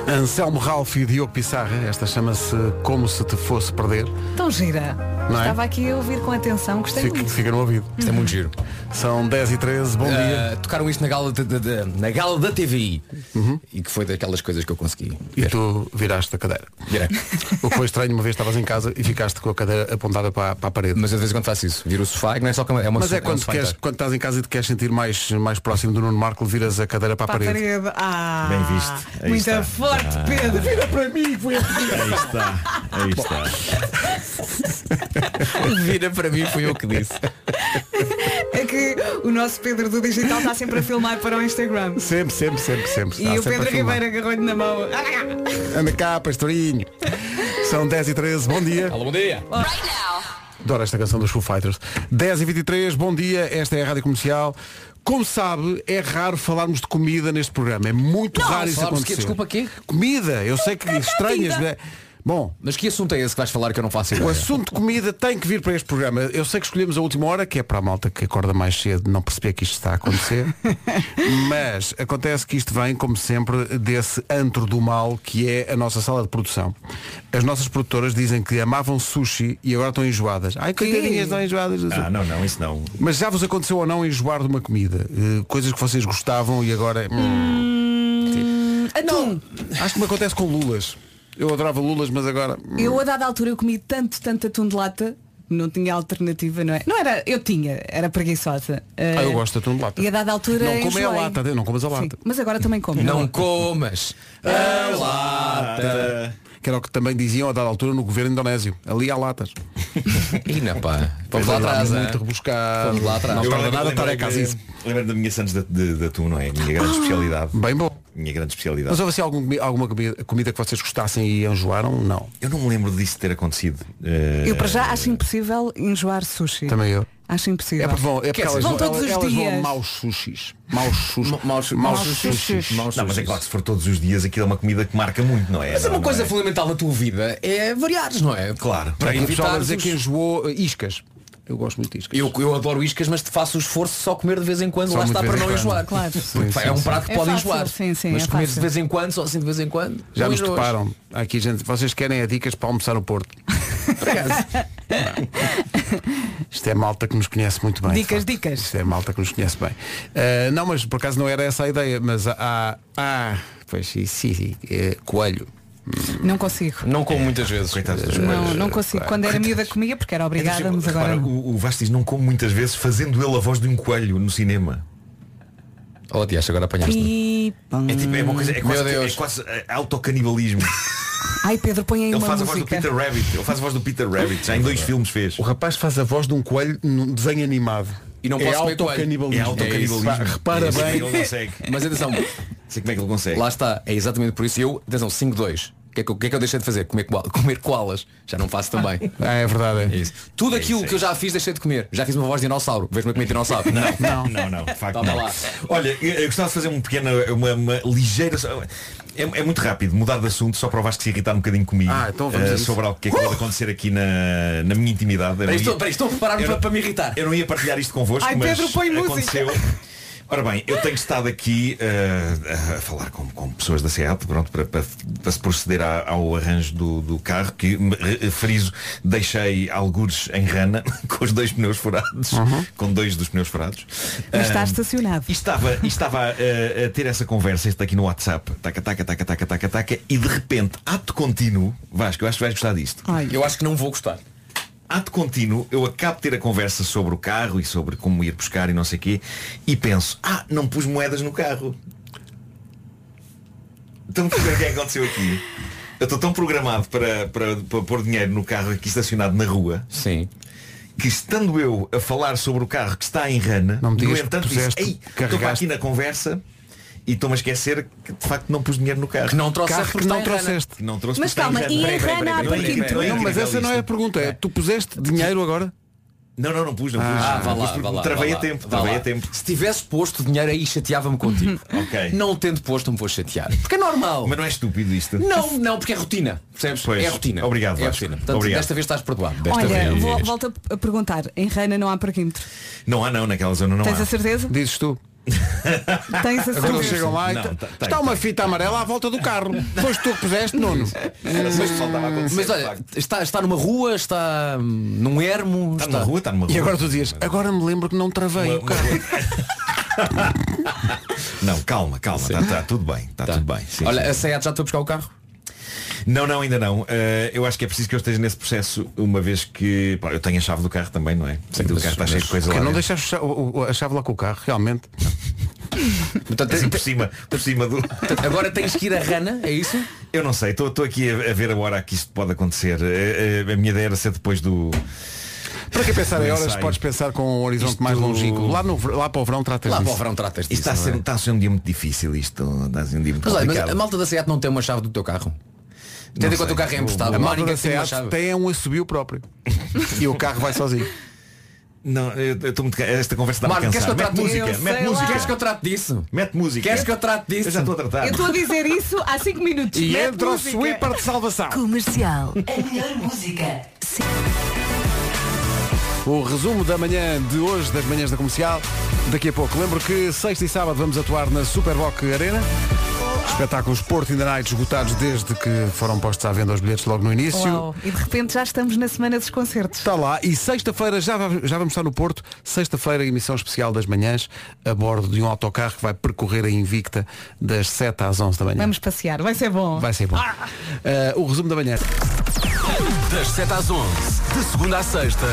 Speaker 1: Anselmo Ralph e Diogo Pissarra, esta chama-se Como Se Te Fosse Perder.
Speaker 3: Então gira.
Speaker 1: Não é?
Speaker 3: Estava aqui a ouvir com atenção, gostei
Speaker 1: Fica,
Speaker 3: muito.
Speaker 1: fica no ouvido.
Speaker 7: Isto é muito giro.
Speaker 1: São 10 e 13, bom dia.
Speaker 7: Ah, tocaram isto na gala, de- de- de- na gala da TVI.
Speaker 1: Uhum.
Speaker 7: E que foi daquelas coisas que eu consegui.
Speaker 1: E tu viraste a cadeira.
Speaker 7: Virei.
Speaker 1: O que foi estranho, uma vez estavas em casa e ficaste com a cadeira apontada para, a- para a parede.
Speaker 7: Mas eu de vez em quando faço isso. Viro o sofá, que não é só cama, é uma
Speaker 1: Mas é
Speaker 7: um
Speaker 1: quando,
Speaker 7: sofá
Speaker 1: queres-
Speaker 7: inteiro.
Speaker 1: quando estás em casa e te queres sentir mais, mais próximo do Nuno Marco, viras a cadeira para a
Speaker 3: Para a
Speaker 1: parede.
Speaker 3: parede. Ah,
Speaker 5: Bem visto. Aí
Speaker 3: Muito
Speaker 5: está.
Speaker 1: Ah.
Speaker 3: forte, Pedro. Vira para mim, foi
Speaker 5: Aí está, aí está.
Speaker 7: Vira para mim, foi eu que disse.
Speaker 3: É que o nosso Pedro do Digital está sempre a filmar para o Instagram.
Speaker 1: Sempre, sempre, sempre, sempre. Está
Speaker 3: E o
Speaker 1: sempre a
Speaker 3: Pedro
Speaker 1: filmar.
Speaker 3: Ribeiro agarrou-lhe na mão. Ah!
Speaker 1: Anda cá, pastorinho. São 10 e 13, bom dia.
Speaker 7: Alô, bom dia.
Speaker 1: Adoro esta canção dos Foo Fighters. 10 e 23 bom dia, esta é a Rádio Comercial. Como sabe, é raro falarmos de comida neste programa. É muito raro isso
Speaker 7: falarmos de quê?
Speaker 1: acontecer.
Speaker 7: Desculpa, quê?
Speaker 1: Comida, eu sei que estranhas. né? Bom,
Speaker 7: Mas que assunto é esse que vais falar que eu não faço
Speaker 1: o
Speaker 7: ideia?
Speaker 1: assunto de comida tem que vir para este programa. Eu sei que escolhemos a última hora, que é para a malta que acorda mais cedo não perceber que isto está a acontecer. Mas acontece que isto vem, como sempre, desse antro do mal que é a nossa sala de produção. As nossas produtoras dizem que amavam sushi e agora estão enjoadas. Ai, coitadinhas, estão enjoadas. do
Speaker 5: Ah, não, não, isso não.
Speaker 1: mas já vos aconteceu ou não enjoar de uma comida? Eh, coisas que vocês gostavam e agora. hum,
Speaker 3: Atum.
Speaker 1: Acho que me acontece com lulas. Eu adorava lulas, mas agora. hum,
Speaker 3: Eu a dada altura eu comi tanto, tanto atum de lata. Não tinha alternativa, não é? Não era, eu tinha, era preguiçosa. Eh,
Speaker 1: Ah, eu gosto de atum de lata.
Speaker 3: E a dada altura.
Speaker 1: Não come a
Speaker 3: enjoei.
Speaker 1: lata, não comas a lata.
Speaker 3: Sim, mas agora também
Speaker 1: é
Speaker 3: como.
Speaker 7: Não comas.
Speaker 1: Que era o que também diziam a dada altura no governo indonésio. Ali há latas.
Speaker 7: E não, pá. Vamos lá
Speaker 1: Mas
Speaker 7: atrás,
Speaker 1: é muito
Speaker 7: hein?
Speaker 1: rebuscado.
Speaker 7: Vamos lá atrás.
Speaker 1: Não
Speaker 7: Eu
Speaker 1: tarda
Speaker 5: agora
Speaker 1: nada estar
Speaker 5: lembrei
Speaker 1: a casa
Speaker 5: de-
Speaker 1: isso.
Speaker 5: Lembro da minha Santos de, de, de atum, não é? A minha grande especialidade.
Speaker 1: Bem bom.
Speaker 5: Minha grande
Speaker 1: Mas
Speaker 5: especialidade.
Speaker 1: houve assim algum, comi- alguma comi- comida que vocês gostassem e enjoaram? Não.
Speaker 5: Eu não me lembro disso ter acontecido. Eh,
Speaker 3: Eu para já acho impossível enjoar sushi.
Speaker 1: Também eu.
Speaker 3: Acho impossível.
Speaker 1: É porque vão, é porque
Speaker 7: Quer dizer,
Speaker 1: elas,
Speaker 3: vão
Speaker 1: vão,
Speaker 3: todos
Speaker 1: elas,
Speaker 3: os
Speaker 1: elas vão
Speaker 3: dias.
Speaker 1: a maus sushis. Maus sushis.
Speaker 7: Maus- maus sushis. Maus
Speaker 5: Não, mas é
Speaker 7: sushis.
Speaker 5: claro que se for todos os dias aquilo é uma comida que marca muito, não é?
Speaker 7: Mas
Speaker 5: Não,
Speaker 7: uma
Speaker 5: não
Speaker 7: coisa
Speaker 5: é?
Speaker 7: fundamental na tua vida é variares, não é?
Speaker 5: Claro.
Speaker 7: Para
Speaker 1: Aqui o pessoal
Speaker 7: evitar
Speaker 1: a dizer que enjoou eh, iscas.
Speaker 10: Eu gosto muito de iscas.
Speaker 7: Eu, eu adoro iscas, mas faço o esforço de só comer de vez em quando,
Speaker 10: Só
Speaker 7: lá está
Speaker 10: muito
Speaker 7: para
Speaker 10: de
Speaker 7: não
Speaker 10: vez em quando.
Speaker 7: enjoar.
Speaker 10: Claro.
Speaker 7: Porque,
Speaker 1: Sim,
Speaker 7: pá,
Speaker 1: sim,
Speaker 7: é um
Speaker 1: sim.
Speaker 7: prato que
Speaker 1: É
Speaker 7: pode
Speaker 1: fácil,
Speaker 7: enjoar.
Speaker 1: sim, sim,
Speaker 7: mas
Speaker 1: é
Speaker 7: comer de
Speaker 1: fácil.
Speaker 7: vez em quando, só assim de vez em quando.
Speaker 1: Já
Speaker 7: não
Speaker 1: nos
Speaker 7: enjoas.
Speaker 1: deparam. Aqui, gente, vocês querem a dicas para almoçar no Porto. Isto é malta que nos conhece muito bem.
Speaker 3: Dicas,
Speaker 1: dicas. Isto é malta que nos conhece bem. Ah, não, mas por acaso não era essa a ideia, mas há. há pois sim, sim, sim, eh, coelho.
Speaker 3: Não consigo.
Speaker 7: Não como muitas vezes.
Speaker 3: Não, não consigo. Quando era miúda comia porque era obrigada, mas agora
Speaker 5: É tipo, Repara,
Speaker 3: não.
Speaker 5: o, o Vasco diz não como muitas vezes fazendo ele a voz de um coelho no cinema.
Speaker 7: Oh, Tiago, agora apanhaste.
Speaker 5: É tipo, é uma coisa, é
Speaker 7: Meu
Speaker 5: quase,
Speaker 7: Deus.
Speaker 5: é quase eh, autocanibalismo.
Speaker 3: Ai Pedro, põe aí
Speaker 5: Ele
Speaker 3: uma
Speaker 5: faz a voz do
Speaker 3: música.
Speaker 5: Peter Rabbit. Ele faz a voz do Peter Rabbit. Já em dois filmes fez. É
Speaker 1: O rapaz faz a voz de um coelho num desenho animado.
Speaker 7: E não
Speaker 1: é
Speaker 7: posso comer coelho.
Speaker 1: autocanibalismo.
Speaker 5: É autocanibalismo.
Speaker 1: Pá, Repara
Speaker 5: Não sei como é que
Speaker 1: bem.
Speaker 5: Ele consegue.
Speaker 7: Mas atenção,
Speaker 5: Não sei como é que ele consegue.
Speaker 7: lá está. É exatamente por isso. Eu, atenção, 5-2. O que, é que, eu- o que é que eu deixei de fazer? Comer, koala- comer koalas. Já não faço também.
Speaker 1: Ah, é verdade. é.
Speaker 7: É isso. Tudo aquilo que eu já fiz deixei de comer. Já fiz uma voz de dinossauro. Vejo-me a comer dinossauro. Não.
Speaker 5: Não, não, não, de facto
Speaker 7: Toma
Speaker 5: não.
Speaker 7: lá.
Speaker 5: Olha, eu, eu gostava de fazer um pequeno, uma, uma ligeira. É, é muito rápido, mudar de assunto, só para o Vasco se irritar um bocadinho comigo
Speaker 1: Ah, então vamos
Speaker 5: eh,
Speaker 1: a isso.
Speaker 5: sobre algo que acabou de acontecer aqui na, na minha intimidade. Eu não
Speaker 7: Peraí,
Speaker 5: ia-
Speaker 7: estou, peraí, estou a preparar-me
Speaker 5: Eu
Speaker 7: para,
Speaker 5: não-
Speaker 7: para me irritar.
Speaker 5: Eu não ia partilhar isto convosco,
Speaker 3: Ai,
Speaker 5: mas
Speaker 3: Pedro, põe música.
Speaker 5: aconteceu. Ora bem, eu tenho estado aqui eh, a falar com, com pessoas da SEAT pronto, para, para- para se proceder à- ao arranjo do, do carro que, me- eh, friso, deixei algures em rana com os dois pneus furados, com dois dos pneus furados.
Speaker 3: Mas está
Speaker 5: Ah,
Speaker 3: estacionado.
Speaker 5: e estava, e estava eh, a ter essa conversa, isto aqui no WhatsApp, taca, taca, taca, taca, taca, taca, e de repente, ato contínuo, Vasco, eu acho que vais gostar disto.
Speaker 3: Ai.
Speaker 7: Eu acho que não vou gostar.
Speaker 5: Ato contínuo, eu acabo de ter a conversa sobre o carro e sobre como ir buscar e não sei o quê, e penso, ah, não pus moedas no carro. Estão a perceber o que é que aconteceu aqui? Eu estou tão programado para, para, para pôr dinheiro no carro aqui estacionado na rua
Speaker 7: Sim.
Speaker 5: que estando eu a falar sobre o carro que está em rana,
Speaker 1: Não me digas
Speaker 5: no entanto
Speaker 1: que
Speaker 5: disse,
Speaker 1: puseste,
Speaker 5: ei, estou para
Speaker 1: carregaste."
Speaker 5: aqui na conversa e estou-me a esquecer que de facto não pus dinheiro no carro.
Speaker 7: Que não trouxeste
Speaker 1: Carro que
Speaker 7: porque
Speaker 1: não
Speaker 7: está em rana.
Speaker 1: trouxeste.
Speaker 5: Que não trouxe
Speaker 3: Mas
Speaker 5: porque está
Speaker 3: calma,
Speaker 5: em
Speaker 3: e
Speaker 5: rana.
Speaker 3: em
Speaker 5: Peraí, peraí,
Speaker 3: rana
Speaker 5: peraí,
Speaker 3: há
Speaker 5: peraí,
Speaker 3: pouquinho.
Speaker 5: peraí,
Speaker 1: Não, mas
Speaker 5: peraí,
Speaker 1: essa não é a pergunta. É, tu puseste dinheiro agora?
Speaker 5: Não, não, não pus, não pus.
Speaker 7: Ah,
Speaker 5: Não
Speaker 7: vá
Speaker 5: pus
Speaker 7: lá,
Speaker 5: porque
Speaker 7: vá lá.
Speaker 5: Travei a
Speaker 7: vá lá,
Speaker 5: tempo,
Speaker 7: vá
Speaker 5: travei
Speaker 7: lá.
Speaker 5: a tempo.
Speaker 7: Se tivesse posto dinheiro aí, chateava-me contigo.
Speaker 5: Ok.
Speaker 7: Não tendo posto, me vou chatear. Porque é normal.
Speaker 5: Mas não é estúpido isto.
Speaker 7: Não, não, porque é rotina. Percebes?
Speaker 5: Pois.
Speaker 7: É rotina.
Speaker 5: Obrigado,
Speaker 7: é
Speaker 5: Vasco.
Speaker 7: rotina. Portanto,
Speaker 5: Obrigado.
Speaker 7: desta vez estás perdoado. Desta
Speaker 3: Olha,
Speaker 7: vez.
Speaker 3: vou, volto a a perguntar. Em Reina não há parquímetro.
Speaker 5: Não há não, naquela zona não
Speaker 3: Tens
Speaker 5: há.
Speaker 3: a certeza?
Speaker 1: Dizes tu.
Speaker 3: Tens a
Speaker 1: Agora eles
Speaker 3: certeza.
Speaker 1: chegam lá e
Speaker 5: Não,
Speaker 1: tá-
Speaker 5: tá- tá-
Speaker 1: está
Speaker 5: tá-
Speaker 1: uma fita amarela à volta do carro. Foste tu que puseste, Nuno.
Speaker 5: Era só isto que faltava acontecer,
Speaker 7: Mas
Speaker 5: de
Speaker 7: olha,
Speaker 5: facto.
Speaker 7: está, está numa rua, está hum, num ermo.
Speaker 5: está Tá numa rua, está numa rua.
Speaker 1: E agora tu dizes, agora me lembro que não travei
Speaker 5: Uma-
Speaker 1: o carro.
Speaker 5: uma rua. Não, calma, calma, está tudo bem, está tudo bem. sim,
Speaker 7: Tá. Olha,
Speaker 5: sim.
Speaker 7: a SEAT já estou a buscar o carro?
Speaker 5: Não, não, ainda não. Eh, eu acho que é preciso que eu esteja nesse processo, uma vez que pá, eu tenho a chave do carro também, não é? Sim, o
Speaker 7: mas-
Speaker 5: carro está
Speaker 7: mas-
Speaker 5: cheio de coisa lá.
Speaker 1: Porque não
Speaker 5: dentro.
Speaker 1: deixaste o cha- o- o- a chave lá com o carro, realmente.
Speaker 7: Portanto,
Speaker 5: Assim, por
Speaker 7: te-
Speaker 5: cima, por cima do.
Speaker 7: te- agora tens que ir a Rana, é isso?
Speaker 5: Eu não sei, estou estou aqui a, a ver a hora que isto pode acontecer. Eh, eh, a minha ideia era ser depois do.
Speaker 1: Para que pensar em
Speaker 5: Não
Speaker 1: horas
Speaker 5: sei.
Speaker 1: podes pensar com um horizonte
Speaker 5: Isto-
Speaker 1: mais longínquo? Lá, no, ver- lá para o verão tratas
Speaker 7: Lá para o
Speaker 1: disso.
Speaker 7: verão tratas
Speaker 5: Isto
Speaker 7: disso.
Speaker 5: está a,
Speaker 7: não
Speaker 5: ser,
Speaker 7: é?
Speaker 5: está a ser um dia muito difícil isto. Está a ser um dia muito
Speaker 7: Mas olha, mas
Speaker 5: complicado.
Speaker 7: a malta da SEAT não tem uma chave do teu carro. Tendo em
Speaker 5: Não
Speaker 7: conta que o
Speaker 5: sei.
Speaker 7: carro é emprestado.
Speaker 1: A
Speaker 7: não há
Speaker 1: malta
Speaker 7: ninguém
Speaker 1: da
Speaker 7: que tenha uma
Speaker 1: SEAT
Speaker 7: chave.
Speaker 1: tem um assobio próprio. e o carro vai sozinho.
Speaker 5: Não, eu eu estou muito. ca- Esta conversa está-me a
Speaker 7: Marco,
Speaker 5: cansar.
Speaker 7: queres que eu
Speaker 5: Mete
Speaker 7: trate
Speaker 5: música,
Speaker 7: disso?
Speaker 5: mete
Speaker 7: Sei lá.
Speaker 5: música.
Speaker 7: Queres que eu trate disso?
Speaker 5: Mete música.
Speaker 7: Queres que eu trate disso?
Speaker 5: Eu já estou a tratar.
Speaker 3: Eu estou a dizer isso há 5 minutos.
Speaker 1: E
Speaker 3: Mete
Speaker 1: entra o
Speaker 3: música.
Speaker 1: sweeper de salvação.
Speaker 2: Comercial. A melhor música.
Speaker 1: O resumo da manhã de hoje, das manhãs da comercial, daqui a pouco. Lembro que sexta e sábado vamos atuar na Superboc Arena. Espetáculos Porto in the Night esgotados desde que foram postos à venda os bilhetes logo no início.
Speaker 3: Uau. E de repente já estamos na semana dos concertos.
Speaker 1: Está lá e sexta-feira já, va- já vamos estar no Porto. Sexta-feira, emissão especial das manhãs, a bordo de um autocarro que vai percorrer a Invicta das 7 às 11 da manhã.
Speaker 3: Vamos Ah! passear, vai ser bom.
Speaker 1: Vai ser bom. Eh, o resumo da manhã.
Speaker 11: Das 7 às 11, de segunda à sexta,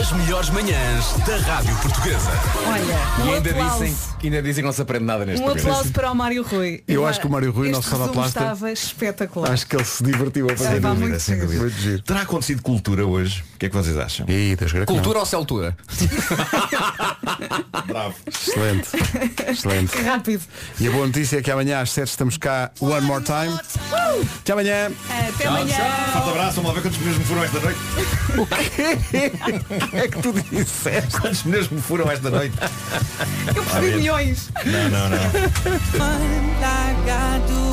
Speaker 11: as melhores manhãs da Rádio Portuguesa.
Speaker 3: Olha, um
Speaker 7: E ainda
Speaker 3: aplauso.
Speaker 7: dizem, que- ainda dizem que não se aprende nada neste
Speaker 3: Um
Speaker 7: programa.
Speaker 3: aplauso para o Mário Rui.
Speaker 1: Eu acho que o Mário Rui,
Speaker 3: este
Speaker 1: nosso
Speaker 3: resumo
Speaker 1: sonoplasta,
Speaker 3: estava espetacular.
Speaker 1: Acho que ele se divertiu a fazer.
Speaker 3: Sim.
Speaker 1: isso.
Speaker 3: Pá, muito giro.
Speaker 5: dúvida.
Speaker 1: Muito giro.
Speaker 5: Terá acontecido cultura hoje? O que é que vocês acham?
Speaker 1: Ih, das graças.
Speaker 7: Cultura ou celtura? Ah.
Speaker 5: Bravo.
Speaker 1: Excelente. Excelente.
Speaker 3: Rápido.
Speaker 1: E a boa notícia é que amanhã às 7 estamos cá one more time. Até amanhã.
Speaker 3: Uh, Até amanhã.
Speaker 5: Forte abraço, uma saber quantos pneus me foram esta noite? O que é que tu disseste? Quantos pneus me foram esta noite?
Speaker 3: Eu
Speaker 5: percebi
Speaker 3: milhões.
Speaker 5: Não, não, não.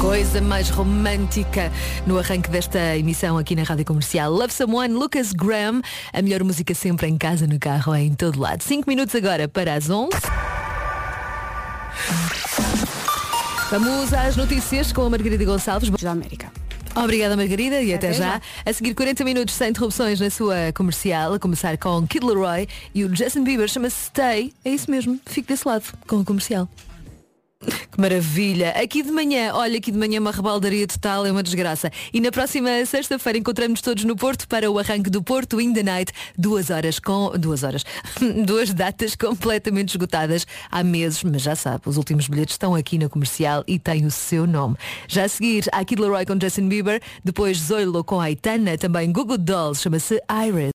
Speaker 2: Coisa mais romântica no arranque desta emissão aqui na Rádio Comercial. Love Someone, Lucas Graham. A melhor música sempre em casa, no carro, em todo lado. 5 minutos agora para as 11. Vamos às notícias com a Margarida Gonçalves. Da América. Obrigada Margarida e até,
Speaker 10: Até
Speaker 2: já.
Speaker 10: já.
Speaker 2: A seguir 40 minutos sem interrupções na sua comercial, a começar com Kid Leroy e o Justin Bieber chama-se Stay. É isso mesmo, fique desse lado com o comercial. Que maravilha! Aqui de manhã, olha, aqui de manhã uma rebaldaria total, é uma desgraça. E na próxima sexta-feira encontramos todos no Porto para o arranque do Porto in the Night, duas horas com. duas horas. duas datas completamente esgotadas há meses, mas já sabe, os últimos bilhetes estão aqui na comercial e têm o seu nome. Já a seguir, há Kid Leroy com Justin Bieber, depois Zoilo com Aitana, também Google Dolls, chama-se Iris.